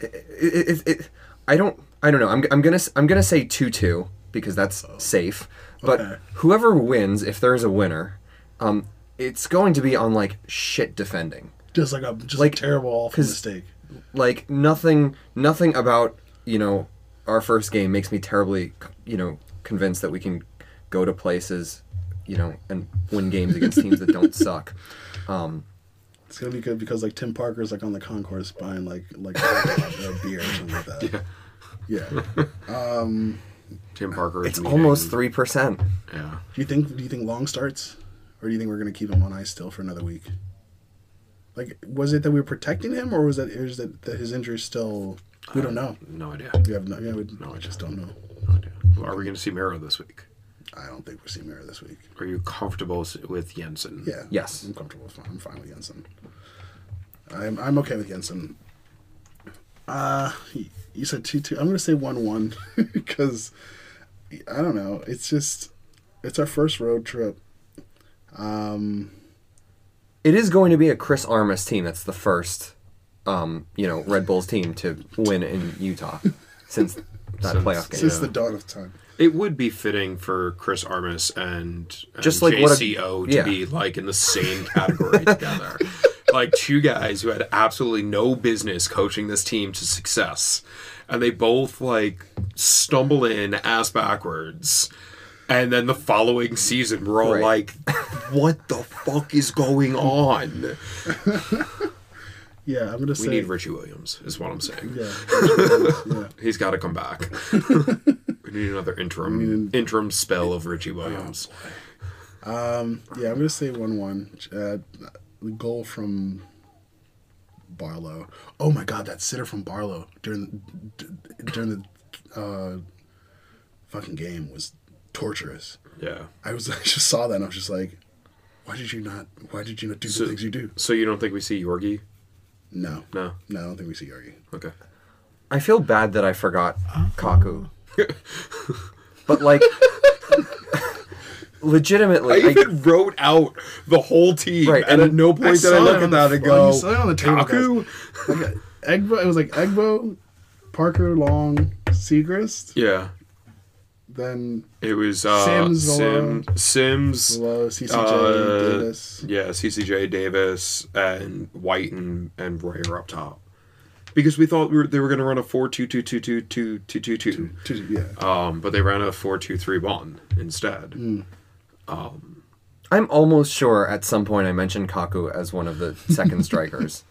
C: it, it, it, it, I don't. I don't know. I'm, I'm gonna. s- I'm gonna say two two because that's safe. But
D: Okay.
C: whoever wins, if there is a winner, um, it's going to be on like shit defending.
D: just like a just
C: Like,
D: a terrible awful
C: 'cause-
D: mistake.
C: like nothing nothing about you know our first game makes me terribly you know convinced that we can go to places you know and win games against teams that don't suck um
D: It's gonna be good because like Tim Parker's like on the concourse buying like like a beer or something like that. Yeah. Do
B: Tim Parker. is
C: it's
B: leaving.
C: almost 3%
B: Yeah.
D: you think do you think long starts, or do you think we're gonna keep him on ice still for another week? Like, was it that we were protecting him, or was that is that, that his injury still? We don't know.
B: No idea.
D: We have no. Yeah, we, no, I just don't know.
B: No idea. Are we going to see Mero this week?
D: I don't think we're seeing Mira this week.
B: Are you comfortable s- with Jensen?
D: Yeah.
C: Yes.
D: I'm comfortable. with- I'm fine with Jensen. I'm I'm okay with Jensen. Uh, y- you said two two. I'm gonna say one one because I don't know. It's just it's our first road trip.
C: it is going to be a chris armas team that's the first um you know red bulls team to win in utah since that
B: Since-
C: playoff game
D: Since the dawn of time.
B: It would be fitting for Chris Armas and, and
C: Just like what a-
B: JCO to
C: yeah.
B: be like in the same category together. Like two guys who had absolutely no business coaching this team to success. And they both like stumble in ass backwards. And then the following season we're all
C: Right.
B: like, what the fuck is going on?
D: Yeah, I'm gonna
B: We
D: say.
B: need Richie Williams, is what I'm saying.
D: yeah, yeah.
B: He's got to come back. we need another interim interim spell of Richie Williams.
C: Oh,
D: Yeah, I'm gonna say one-one. Uh, the goal from Barlow. Oh my God, that sitter from Barlow during d- during the uh, fucking game was torturous.
B: yeah.
D: I was I just saw that and I was just like, why did you not? Why did you not do
B: So-
D: the things you do?
B: So you don't think we see Yorgi?
D: No,
B: No.
D: no, I don't think we see Yogi.
B: Okay.
C: I feel bad that I forgot Kaku. but like legitimately
B: I
C: I,
B: even wrote out the whole team,
C: Right,
B: and,
C: and
B: at no point did I look at that and go,
D: saw it on the table,
B: Kaku?
D: Like, Egbo, it was like Egbo, Parker, Long, Seagrist,
B: Yeah,
D: then
B: it was uh,
D: Sims,
B: Sim,
D: Malone.
B: Sims,
D: Lowe, CCJ,
B: uh,
D: Davis.
B: yeah, CCJ Davis and White and and Roy are up top because we thought we were, they were going to run a four two two two two two two two two,
D: Two- Yeah,
B: um, but they ran a four two three one instead.
C: Mm. I'm almost sure at some point I mentioned Kaku as one of the second strikers.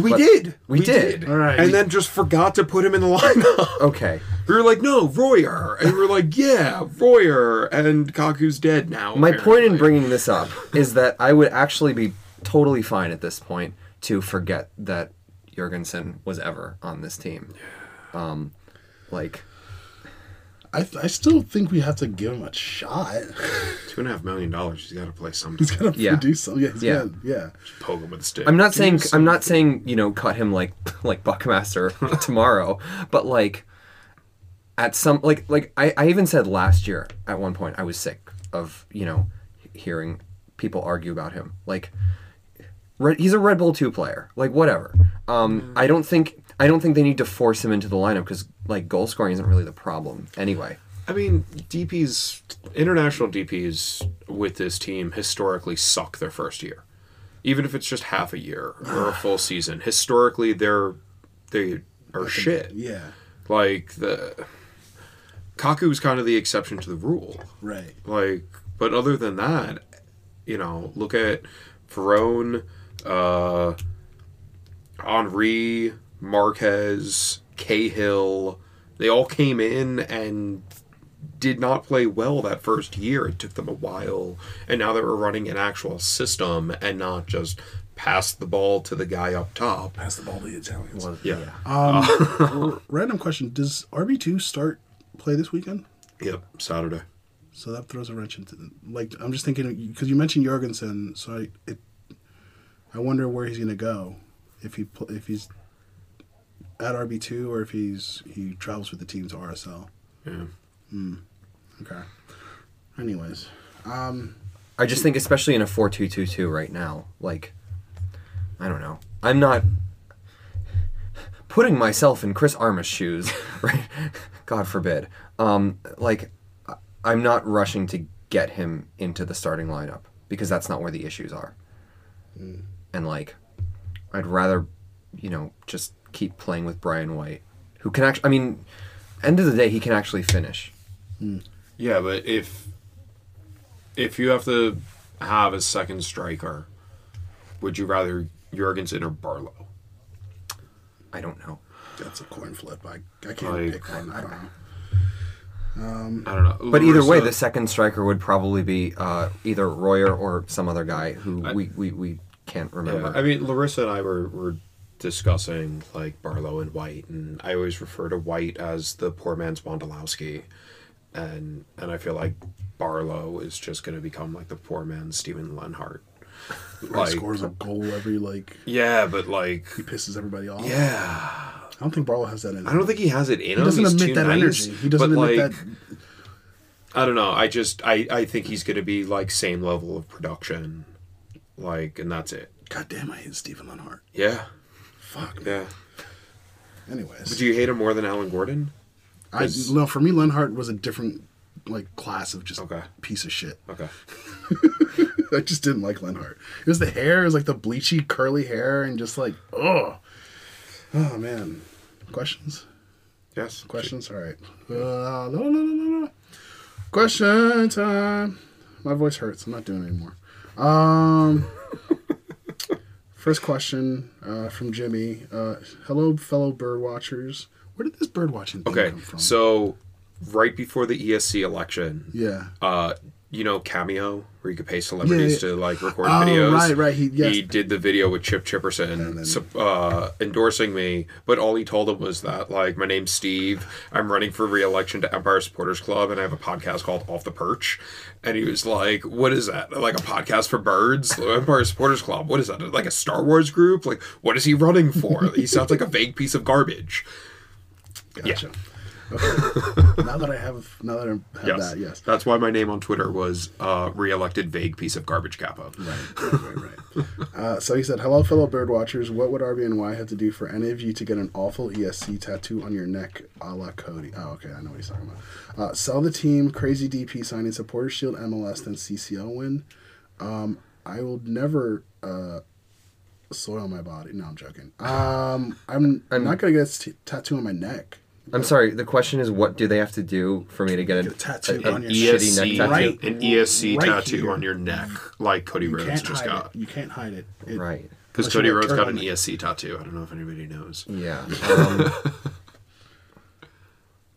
B: We
C: But-
B: did,
C: We did.
D: All right.
B: and then just forgot to put him in the lineup.
C: Okay.
B: We were like, no, Royer. And we were like, yeah, Royer. And Kaku's dead now.
C: My point in
B: apparently.
C: bringing this up is that I would actually be totally fine at this point to forget that Jurgensen was ever on this team. Um, like
D: I, I still think we have to give him a shot.
B: Two and a half million dollars. He's got to play some.
D: he's gonna
C: Yeah.
D: do something. Yeah, he's
C: Yeah.
D: Gonna, yeah.
B: poke him with a stick.
C: I'm not saying I'm not saying you know cut him like like Buckmaster tomorrow, but like at some like like I, I even said last year at one point I was sick of you know hearing people argue about him like Red, he's a Red Bull two player like whatever um I don't think I don't think they need to force him into the lineup because like goal scoring isn't really the problem anyway
B: I mean, DPs, international DPs with this team historically suck their first year, even if it's just half a year or a full season. Historically, they're they are shit.
D: Yeah.
B: Like the Kaku is kind of the exception to the rule.
D: Right.
B: Like, but other than that, you know, look at Verone, uh, Henri, Marquez, Cahill. They all came in and did not play well that first year. It took them a while, and now that we're running an actual system and not just pass the ball to the guy up top.
D: Pass the ball to the Italians.
B: Yeah.
D: Um, R- Random question: Does RB two start play this weekend?
B: Yep. Saturday.
D: So that throws a wrench into like I'm just thinking because you mentioned Jorgensen, so I it, I wonder where he's gonna go if he pl- if he's at RB two or if he's he travels with the team to RSL.
B: Yeah.
D: Hmm. Okay. Anyways, um,
C: I just think, especially in a four-two-two-two right now, like, I don't know. I'm not putting myself in Chris Armas' shoes, right? God forbid. Um, like, I- I'm not rushing to get him into the starting lineup because that's not where the issues are. And, like, I'd rather, you know, just keep playing with Brian White, who can actually, I mean, end of the day, he can actually finish.
B: Yeah, but if if you have to have a second striker, would you rather Jurgensen or Barlow?
C: I don't know.
D: that's a coin flip. I I can't
B: Like-
D: pick one. I don't know.
B: I don't know.
C: But either way,
B: Larissa-
C: the second striker would probably be uh, either Royer or some other guy who we, we, we can't remember.
B: Yeah, I mean, Larissa and I were, were discussing like Barlow and White, and I always refer to White as the poor man's Wondolowski, and and I feel like Barlow is just going to become like the poor man's Stephen Lenhart.
D: he
B: Like,
D: scores a goal every like
B: yeah, but like,
D: he pisses everybody off.
B: yeah,
D: I don't think Barlow has that in.
B: I don't think he has it in him.
D: he doesn't
B: He's
D: emit
B: too
D: that
B: nice,
D: energy. He doesn't
B: but,
D: emit
B: like,
D: that.
B: I don't know. I just I I think he's gonna be like same level of production, like, and that's it.
D: God damn, I hate Stephen Lenhart.
B: Yeah,
D: Fuck.
B: yeah.
D: Anyways,
B: Do you hate him more than Alan Gordon?
D: I no for me Lenhart was a different like class of just
B: Okay.
D: piece of shit.
B: Okay.
D: I just didn't like Lenhart. It was the hair, it was like the bleachy curly hair, and just like oh, oh man. Questions?
B: Yes.
D: Questions? All right. Uh, no, no, no, no, no. Question time. My voice hurts. I'm not doing it anymore. Um, First question uh, from Jimmy. Uh, hello, fellow bird watchers. Where did this bird watching thing
B: Okay,
D: come from?
B: so right before the ESC election,
D: yeah,
B: uh, you know Cameo, where you could pay celebrities
D: yeah.
B: to like record
D: Oh,
B: videos.
D: right, right, he-
B: He,
D: yes.
B: did the video with Chip Chipperson sup- uh, endorsing me, but all he told him was that like my name's Steve, I'm running for re-election to Empire Supporters Club, and I have a podcast called Off the Perch. And he was like, "What is that? Like a podcast for birds? Empire Supporters Club? What is that? Like a Star Wars group? Like what is he running for? he sounds like a vague piece of garbage."
D: gotcha. Okay. now that I have, now that I have
B: Yes.
D: that, yes,
B: That's why my name on Twitter was uh, re-elected vague piece of garbage kappa.
D: right, right, right. Uh, so he said, "Hello, fellow bird watchers. What would RBNY have to do for any of you to get an awful ESC tattoo on your neck, a la Cody?" Oh, okay, I know what he's talking about. Uh, sell the team, crazy DP signing, supporter shield, MLS, then CCL win. Um, I will never uh, soil my body. No, I'm joking. Um, I'm, I'm not gonna get a t- tattoo on my neck.
C: I'm sorry. The question is, what do they have to do for me to get a,
D: Get a tattoo
C: a- an
D: on your
C: shitty neck
B: ESC,
C: tattoo?
D: Right.
B: an ESC
D: Right
B: tattoo
D: here.
B: on your neck, like Cody
D: You
B: Rhodes
D: can't
B: just
D: hide
B: got.
D: it. You can't hide it. It-
C: Right.
B: Because
D: Unless you
B: Cody
D: wear a
B: Rhodes got an
D: turtleneck.
B: ESC tattoo. I don't know if anybody knows.
C: Yeah. Um,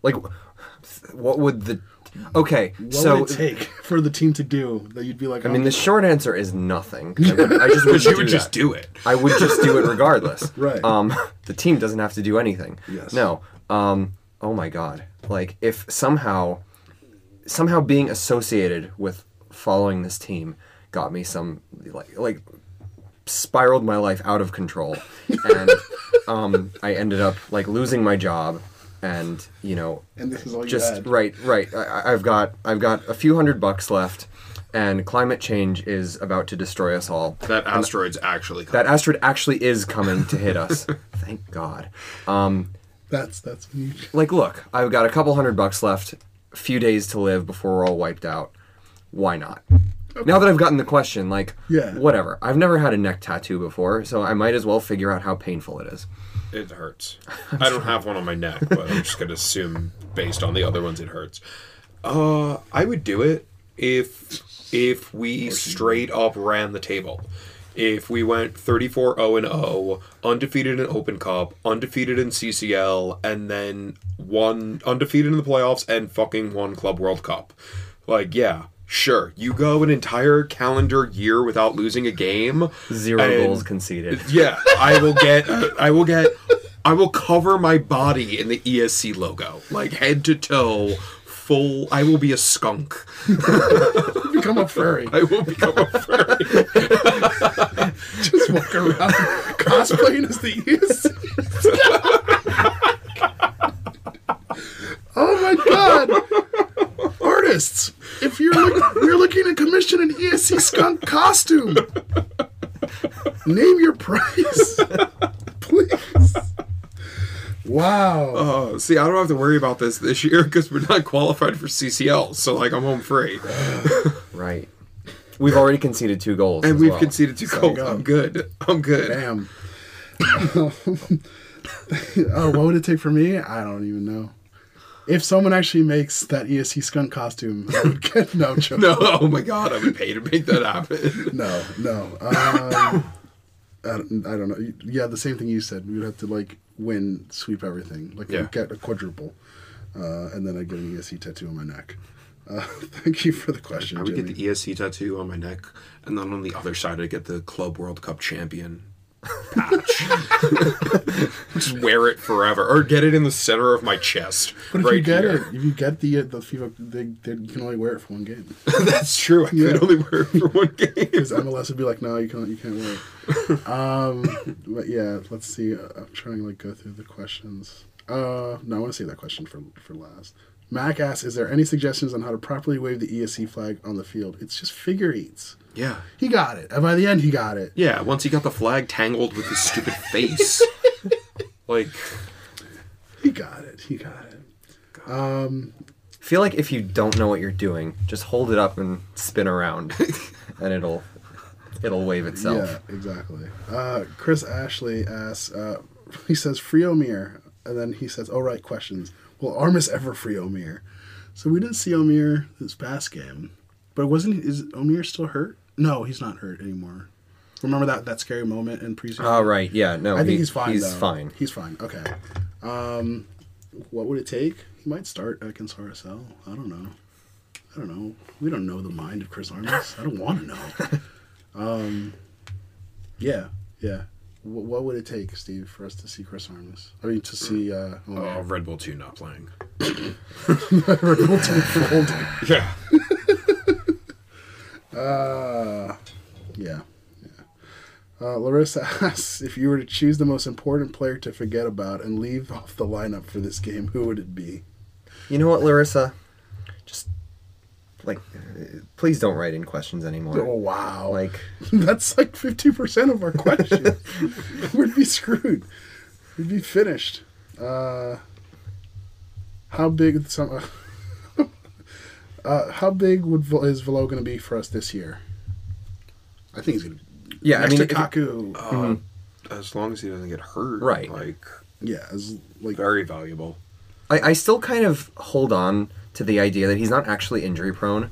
C: like, what would the? Okay.
D: What
C: so
D: would it take for the team to do that? You'd be like, "Oh,
C: I mean, the short answer is nothing. I, would, I just would,
B: Because
C: do
B: you would just
C: that.
B: do it.
C: I would just do it regardless.
D: Right.
C: Um, the team doesn't have to do anything.
D: Yes.
C: No. Um, oh my God. Like if somehow, somehow being associated with following this team got me some like like spiraled my life out of control, and um, I ended up like losing my job, and you know
D: and this is all you
C: just
D: had.
C: right right I, I- i've got i've got a few hundred bucks left and climate change is about to destroy us all
B: That asteroid's actually coming.
C: that asteroid actually is coming to hit us thank god um
D: That's that's when you
C: like look i've got a couple hundred bucks left a few days to live before we're all wiped out why not now that i've gotten the question like
D: Yeah.
C: whatever i've never had a neck tattoo before so i might as well figure out how painful it is
B: It hurts. I don't have one on my neck, but I'm just gonna assume based on the other ones it hurts. Uh, I would do it if if we straight up ran the table. If we went 34-0 and 0, undefeated in Open Cup, undefeated in CCL, and then one undefeated in the playoffs and fucking one Club World Cup. Like, yeah, sure. You go an entire calendar year without losing a game.
C: zero
B: and-
C: goals conceded
B: yeah, I will get. I will get. I will cover my body in the ESC logo, like head to toe, full. I will be a skunk.
D: become a furry.
B: I will become a furry.
D: Just walk around cosplaying as the ESC. oh my god! Artists, if you're look- you're looking to commission an ESC skunk costume, name your price, please. Wow.
B: Uh, see, I don't have to worry about this this year because we're not qualified for CCL, so like I'm home free,
C: right we've already conceded two goals
B: and
C: as
B: we've
C: well.
B: conceded two goals. I'm good. I'm good.
D: Damn. oh, what would it take for me? I don't even know. If someone actually makes that ESC skunk costume, I would get no I'm joking.
B: No, oh my god, I would pay to make that happen.
D: No, no. Um, I, don't, I don't know. Yeah, the same thing you said. We'd have to like win, sweep everything. Like
B: Yeah.
D: get a quadruple, uh, and then I get an ESC tattoo on my neck. Uh, thank you for the question,
B: I would
D: Jimmy.
B: get the E ESC tattoo on my neck, and then on the other side, I'd get the Club World Cup champion patch. Just wear it forever, or get it in the center of my chest.
D: but if
B: right
D: you get
B: here.
D: it, if you get the uh, the FIFA, they, they, you can only wear it for one game.
B: that's true. I
D: Yeah.
B: could only wear it for one game.
D: Because MLS would be like, no, you can't, you can't wait. um, but yeah, let's see. I'm trying to like go through the questions. Uh, no, I want to save that question for for last. Mac asks, is there any suggestions on how to properly wave the ESC flag on the field? It's just figure eights.
B: Yeah,
D: He got it, and by the end, he got it.
B: yeah. Once he got the flag tangled with his stupid face, like
D: He got it. He got it.
C: feel like if you don't know what you're doing, just hold it up and spin around, and it'll it'll wave itself.
D: Yeah, exactly. Uh, Chris Ashley asks, uh, he says, Freomir. And then he says, oh, right, questions. Will Armis ever free Omir? So we didn't see Omir this past game. But wasn't, is Omir still hurt? No, he's not hurt anymore. Remember that that scary moment in preseason?
C: Oh right, yeah, no.
D: I think
C: he-
D: he's fine.
C: He's
D: though.
C: fine.
D: He's fine. Okay. Um, what would it take? He might start against RSL. I don't know. I don't know. We don't know the mind of Chris Armas. I don't want to know. Um, yeah, yeah. What, what would it take, Steve, for us to see Chris Armas? I mean, to see uh, oh,
B: Oh, Red Bull 2 not playing.
D: fold.
B: Yeah.
D: Uh, yeah, yeah. Uh, Larissa asks if you were to choose the most important player to forget about and leave off the lineup for this game, who would it be?
C: You know what, Larissa? Just like, uh, please don't write in questions anymore.
D: Oh wow!
C: Like,
D: That's like fifty percent of our questions. We'd be screwed. We'd be finished. Uh, how big? Some. Uh, how big would Vel- is Velo going to be for us this year? I think he's going to.
C: yeah, I mean, if- um,
D: Kaku.
B: As long as he doesn't get hurt.
C: Right.
B: Like,
D: yeah, as like
B: very valuable.
C: I, I still kind of hold on to the idea that he's not actually injury prone.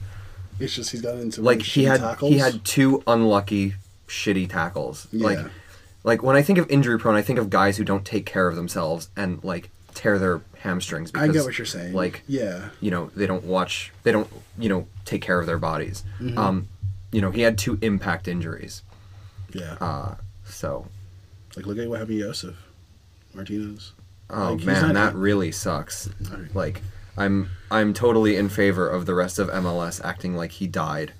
D: it's just he's got into
C: Like
D: really
C: he
D: shitty
C: had
D: tackles.
C: he had two unlucky shitty tackles.
D: Yeah.
C: Like like when I think of injury prone, I think of guys who don't take care of themselves and like tear their hamstrings
D: I
C: because
D: get what you're saying.
C: Like
D: yeah,
C: you know they don't watch they don't you know take care of their bodies.
D: Mm-hmm.
C: Um you know, he had two impact injuries.
D: yeah.
C: Uh so
D: like look at what happened to Yosef Martinez.
C: Oh
D: Like, he's
C: man, that
D: not-
C: really sucks.
D: Sorry.
C: Like I'm I'm totally in favor of the rest of MLS acting like he died.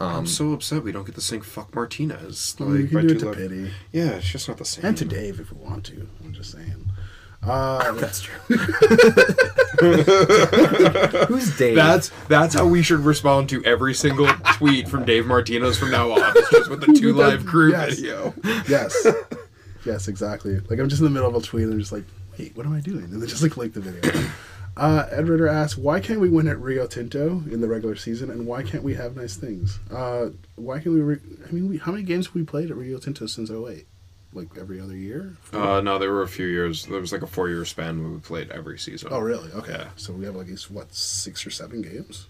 B: I'm so upset we don't get to sing Fuck Martinez. Like,
D: Well, we can do it to
B: Dulac-
D: pity.
B: Yeah, it's just not the same.
D: and to Dave if we want to. I'm just saying. Uh,
C: That's true. Who's Dave?
B: That's that's how we should respond to every single tweet from Dave Martinez from now on. It's just with the two live crew
D: Yes.
B: video.
D: yes, yes, exactly. Like I'm just in the middle of a tweet and I'm just like, wait, what am I doing? And then just like click the video. Uh, Ed Ritter asks, why can't we win at Rio Tinto in the regular season, and why can't we have nice things? Uh, why can we? Re- I mean, we, how many games have we played at Rio Tinto since 08? Like every other year?
B: Uh, no, there were a few years. There was like a four year span where we played every season.
D: Oh, really? Okay.
B: Yeah.
D: So we have like these what six or seven games?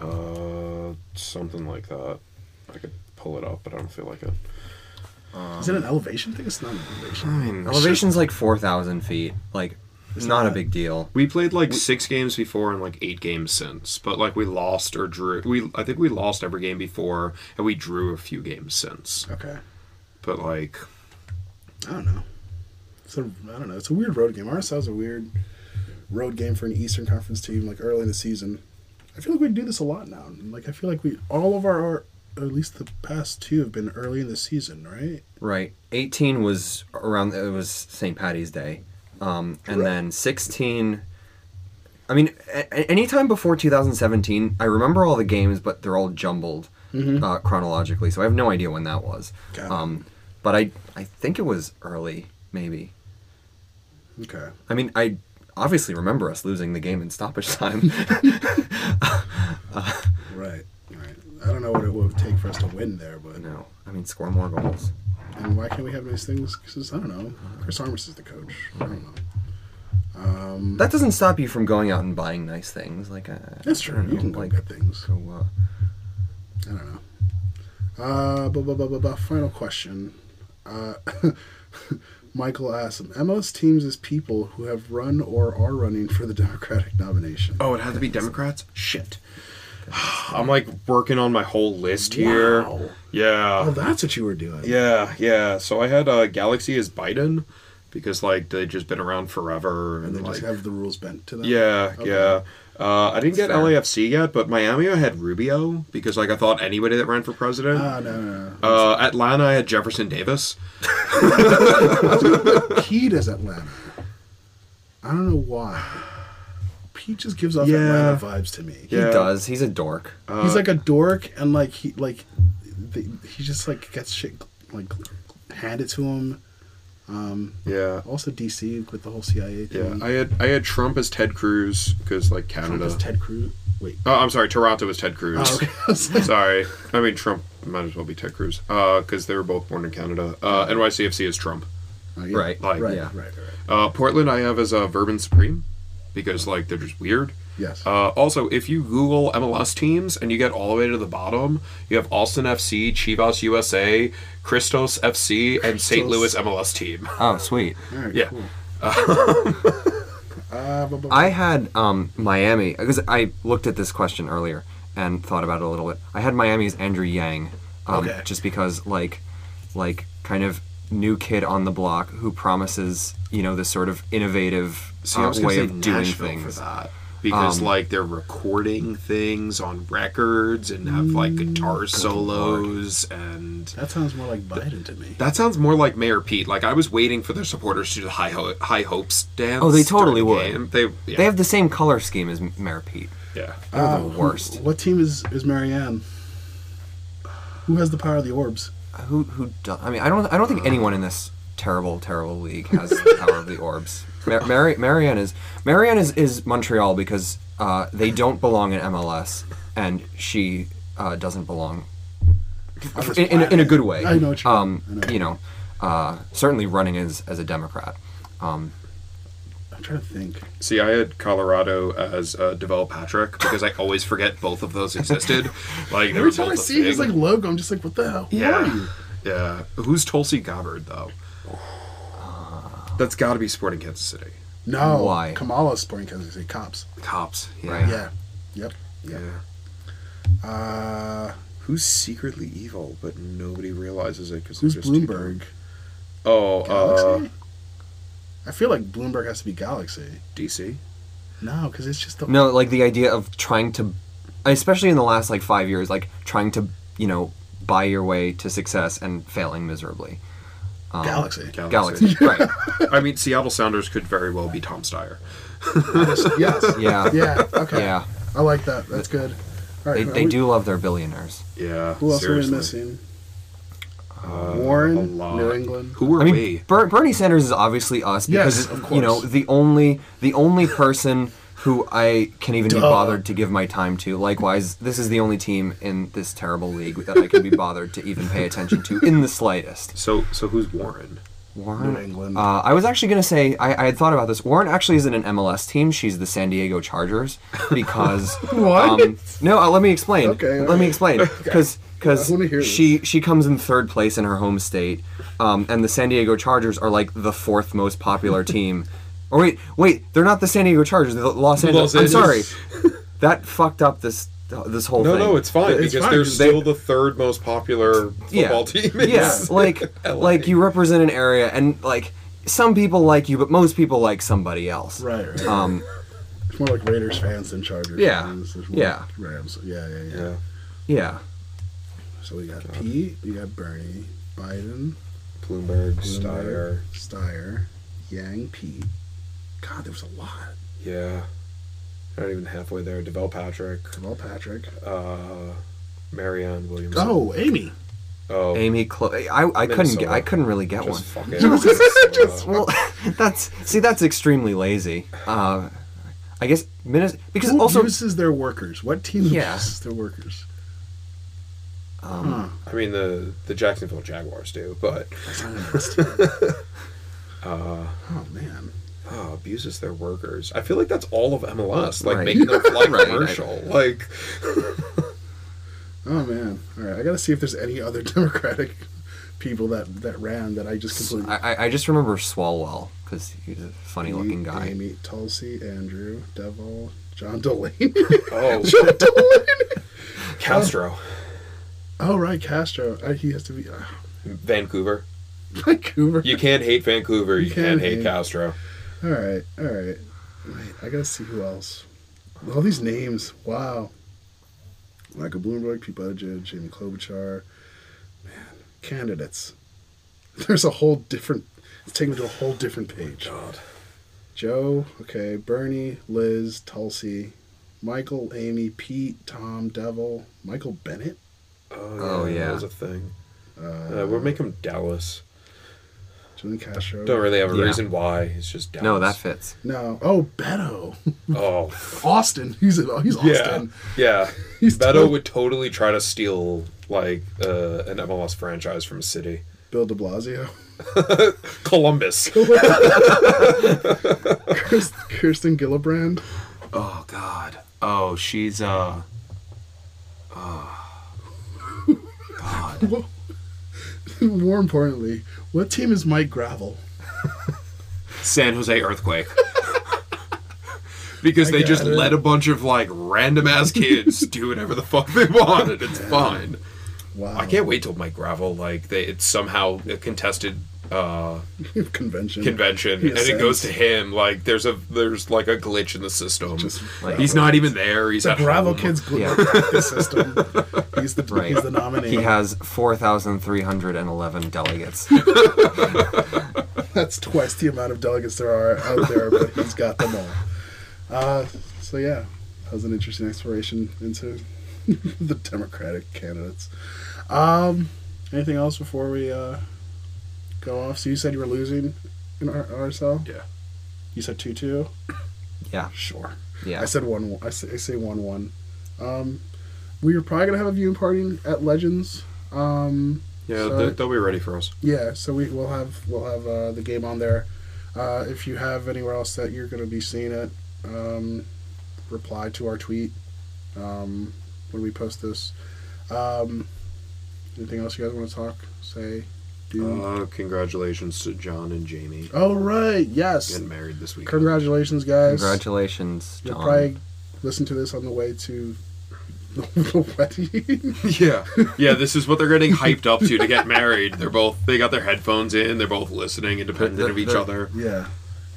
B: Uh, something like that. I could pull it up, but I don't feel like it.
D: Is it an elevation thing? It's not an elevation.
B: I mean,
C: Elevation's like four thousand feet. Like it's not a
D: that-
C: big deal.
B: We played like six games before and like eight games since, but like we lost or drew. We I think we lost every game before and we drew a few games since.
D: Okay.
B: But like,
D: I don't know. It's a, I don't know. It's a weird road game. RSL's a weird road game for an Eastern Conference team, like early in the season. I feel like we do this a lot now. Like I feel like we all of our, or at least the past two, have been early in the season, right?
C: Right. Eighteen was around it was St. Patty's Day. Um and
D: Right.
C: then sixteen I mean, a- a- anytime before 2017, I remember all the games, but they're all jumbled uh, chronologically, so I have no idea when that was.
D: Mm-hmm. Got it.
C: Um, but I, I think it was early, maybe.
D: Okay.
C: I mean, I obviously remember us losing the game in stoppage time.
D: Right. Right. I don't know what it would take for us to win there, but
C: no, I mean, score more goals.
D: and why can't we have nice things? Because I don't know. Chris Armas is the coach. I don't know. Um,
C: That doesn't stop you from going out and buying nice things. Like uh,
D: that's
C: I
D: true.
C: don't
D: You
C: know,
D: can go
C: like
D: get things.
C: go. Uh,
D: I don't know. Uh, blah, blah, blah, blah, blah. Final question. Uh, Michael asks, MLS teams is people who have run or are running for the Democratic nomination.
B: oh, it had to be Democrats. Shit. I'm like working on my whole list here.
D: Wow.
B: Yeah.
D: Oh, that's what you were doing.
B: Yeah, yeah. So I had uh, Galaxy as Biden because like they just been around forever and,
D: And then
B: like
D: just have the rules bent to them.
B: yeah,
D: Okay.
B: yeah. Uh, I didn't get
C: fair.
B: LAFC yet, but Miami I had Rubio because like I thought anybody that ran for president.
D: Ah, no, no, no.
B: uh, Atlanta I had Jefferson Davis.
D: Pete is Atlanta. I don't know why. Pete just gives off
B: Yeah.
D: Atlanta vibes to me.
B: Yeah.
C: He does. He's a dork.
D: He's like a dork, and like he like th he just like gets shit like handed to him. Um,
B: Yeah,
D: also DC with the whole CIA
B: yeah.
D: thing.
B: I had I had Trump as Ted Cruz because like Canada.
D: Mm-hmm. Trump is Ted Cruz. Wait.
B: Oh, I'm sorry. Toronto was Ted Cruz.
D: Oh, okay. I was like,
B: sorry. I mean Trump might as well be Ted Cruz because they were both born in Canada. Uh, NYCFC is Trump.
D: oh, yeah.
C: Right.
B: Like
D: Right,
C: yeah.
D: right, right,
B: Uh, Portland, I have as a uh, Vermin Supreme because like they're just weird.
D: Yes.
B: Uh, also, if you Google MLS teams and you get all the way to the bottom, you have Austin FC, Chivas USA, Christos FC, and St.
D: Christos.
B: Louis MLS team.
C: Oh, sweet.
D: All right.
B: yeah.
D: Cool. Uh, blah, blah, blah.
C: I had um, Miami because I looked at this question earlier and thought about it a little bit. I had Miami's Andrew Yang, um,
D: Okay.
C: just because like, like kind of new kid on the block who promises you know this sort of innovative
B: See,
C: uh,
B: I was gonna
C: way
B: say
C: of doing
B: Nashville
C: things.
B: for that Um, because like they're recording things on records and have like guitar solos and.
D: that sounds more like Biden to me.
B: That sounds more like Mayor Pete. Like I was waiting for their supporters to do the high ho- high hopes dance.
C: Oh, they totally
B: during the
C: would.
B: game. They yeah,
C: They have the same color scheme as Mayor Pete.
B: yeah.
C: They're
D: Uh,
C: the worst.
D: What team is is Marianne? Who has the power of the orbs?
C: Who who? Do, I mean, I don't I don't think anyone in this terrible terrible league has the power of the orbs. Mar- Mari- Marianne is Marianne is, is Montreal because uh, they don't belong in MLS, and she uh, doesn't belong in, in, a- in a good way.
D: I know what you mean.
C: um,
D: I know.
C: You know, uh, certainly running as as a Democrat. Um,
D: I'm trying to think.
B: See, I had Colorado as uh, Devel Patrick because I always forget both of those existed. Like they were
D: Every time I
B: both a
D: see his
B: thing.
D: like logo, I'm just like, what the hell? Who
B: yeah,
D: are you?
B: yeah. Who's Tulsi Gabbard though? That's got to be Sporting Kansas City.
D: No,
C: Why?
D: Kamala Sporting Kansas City cops.
B: Cops, yeah,
C: Right.
D: Yeah. Yep.
B: yeah.
D: Uh,
B: Who's secretly evil but nobody realizes it because
D: who's Bloomberg?
B: Oh, uh,
D: Galaxy. I feel like Bloomberg has to be Galaxy.
B: DC.
D: No, because it's just the
C: no, like the idea of trying to, especially in the last like five years, like trying to you know buy your way to success and failing miserably. Um,
D: Galaxy.
C: Galaxy, right?
B: I mean, Seattle Sounders could very well be Tom Steyer.
D: yes.
C: Yeah.
D: Yeah. Okay.
C: Yeah,
D: I like that. That's good. All right.
C: they,
D: who-
C: they do love their billionaires.
B: Yeah.
D: Who else
B: seriously.
D: are we missing?
B: Uh, a
D: Warren,
B: lot.
D: New England.
B: Who were
C: I mean,
B: we?
C: Ber- Bernie Sanders is obviously us because
D: Yes, of
C: you know
D: course.
C: the only the only person who I can even be
D: Duh.
C: bothered to give my time to. Likewise, this is the only team in this terrible league that I can be bothered to even pay attention to in the slightest.
B: So, so who's Warren?
C: Warren.
D: New England.
C: Uh, I was actually gonna say I, I had thought about this. Warren actually isn't an MLS team. She's the San Diego Chargers because
D: What?
C: Um, no, uh, let me explain.
D: Okay,
C: let
D: all
C: me
D: right.
C: explain because because
D: I wanna hear this.
C: she she comes in third place in her home state, um, and the San Diego Chargers are like the fourth most popular team. Or wait, wait, they're not the San Diego Chargers. They're the Los Angeles.
B: Los
C: I'm
B: Angeles.
C: sorry, that fucked up this this whole
B: No,
C: thing.
B: no, it's fine because
D: It's fine,
B: they're
D: because
B: still the third most popular football team. in
C: Yeah, like
B: LA.
C: like you represent an area, and like some people like you, but most people like somebody else.
D: right. Right.
C: Um,
D: It's more like Raiders fans than Chargers
C: Yeah.
D: fans. There's more
C: Yeah.
D: like Rams. Yeah, yeah, yeah.
B: Yeah.
C: yeah.
D: So we got Pete, we got Bernie, Biden,
B: Bloomberg,
D: Bloomberg, Steyer, Yang, Pete. God, there was a lot.
B: Yeah. Not even halfway there. Devel Patrick,
D: Kamal Patrick.
B: uh, Marianne Williams.
D: Oh, Amy.
B: oh
C: Amy Clo- I, I couldn't get,
B: Minnesota.
C: I couldn't really get
B: just fuck it.
D: Just-
C: one. Well, that's see that's extremely lazy. Uh, I guess Minnes- because
D: Who
C: also
D: uses their workers? What team
C: Yeah.
D: uses their workers?
C: um,
B: I mean the the Jacksonville Jaguars do, but
D: That's not interesting.
B: uh,
D: oh man.
B: oh, abuses their workers. I feel like that's all of MLS, like
C: Right.
B: making them fly
C: Right.
B: commercial. Like
D: Oh man. All right. I gotta see if there's any other Democratic people that that ran that I just completely.
C: I, I- I just remember Swalwell because he's a funny looking guy.
D: Amy, Tulsi, Andrew, Devil, John Delaney.
B: oh,
D: John Delaney.
B: Castro,
D: Oh right, Castro. Uh, he has to be uh,
B: Vancouver.
D: Vancouver.
B: You can't hate Vancouver. You,
D: You
B: can't
D: can't
B: hate,
D: hate-
B: Castro.
D: All right. All right. Wait, I gotta see who else. All these names. Wow. Michael Bloomberg, Pete Buttigieg, Jamie Klobuchar. Man, candidates. There's a whole different. It's taking me to a whole different page.
B: Oh God.
D: Joe, okay, Bernie, Liz, Tulsi, Michael, Amy, Pete, Tom, Devil, Michael Bennett.
B: Oh yeah,
C: Oh, yeah.
B: that was a thing.
D: Uh,
B: Uh, we'll make him Dallas.
D: Julian Castro.
B: Don't really have a
C: Yeah.
B: reason why. It's just Dallas.
C: No, that fits.
D: No. Oh, Beto.
B: Oh,
D: Austin. He's in, he's
B: yeah,
D: Austin.
B: yeah.
D: He's
B: Beto
D: tot-
B: would totally try to steal like uh, an MLS franchise from City.
D: Bill de Blasio.
B: Columbus.
D: Kirst- Kirsten Gillibrand.
B: Oh God. Oh, she's uh.
D: More importantly, what team is Mike Gravel?
B: San Jose earthquake. because they just
D: got it.
B: let a bunch of like random ass kids do whatever the fuck they wanted. It's fine.
D: Wow.
B: I can't wait till Mike Gravel like they it's somehow a contested uh
D: Convention.
B: convention
D: He
B: and it goes to
D: ascends.
B: him like there's a there's like a glitch in the system.
D: Just
B: he's not even there. He's
D: the
B: at
D: Gravel
B: home.
D: Kids gl-
C: Yeah.
D: the system. He's the,
C: Right.
D: he's the nominee.
C: He has 4,311 delegates.
D: That's twice the amount of delegates there are out there, but he's got them all. Uh, so yeah, that was an interesting exploration into the Democratic candidates. Um, anything else before we uh, go off? So you said you were losing in our RSL.
B: Yeah.
D: You said two two.
C: Yeah.
D: Sure.
C: Yeah.
D: I said one. I say, I say one one. Um, we are probably gonna have a viewing party at Legends. Um,
B: Yeah,
D: So-
B: they, they'll be ready for us.
D: yeah, so we will have we'll have uh, the game on there. Uh, if you have anywhere else that you're going to be seeing it, um, reply to our tweet um, when we post this. Um, anything else you guys want to talk? Say, do.
B: Uh, congratulations to John and Jamie
D: oh right, yes.
B: getting married this week.
D: Congratulations, guys.
C: Congratulations,
D: You'll
C: John.
D: probably listen to this on the way to the wedding.
B: Yeah. Yeah, this is what they're getting hyped up to to get married. They're both they got their headphones in, they're both listening independent
C: The-
B: of each
C: the-
B: other.
D: yeah.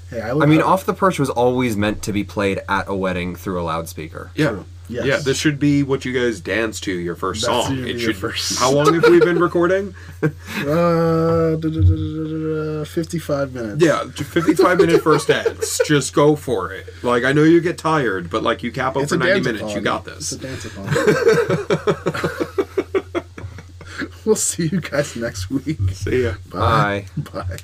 D: Hey, I,
C: I mean,
D: all
C: Off the Perch was always meant to be played at a wedding through a loudspeaker.
B: Yeah.
D: Yes.
B: Yeah, this should be what you guys dance to your first
D: That's
B: song.
D: gonna be
B: It
D: your
B: should
D: first-
B: How long have we been recording?
D: uh, da- da- da- da- da- da- 55 minutes.
B: Yeah, j- 55 minute first dance. Just go for it. Like I know you get tired, but like you cap out for 90 minutes, you
D: dance-a-thon.
B: got this.
D: It's a dance-a-thon. we'll see you guys next week.
B: See ya.
D: Uh-huh.
C: Bye.
D: Bye.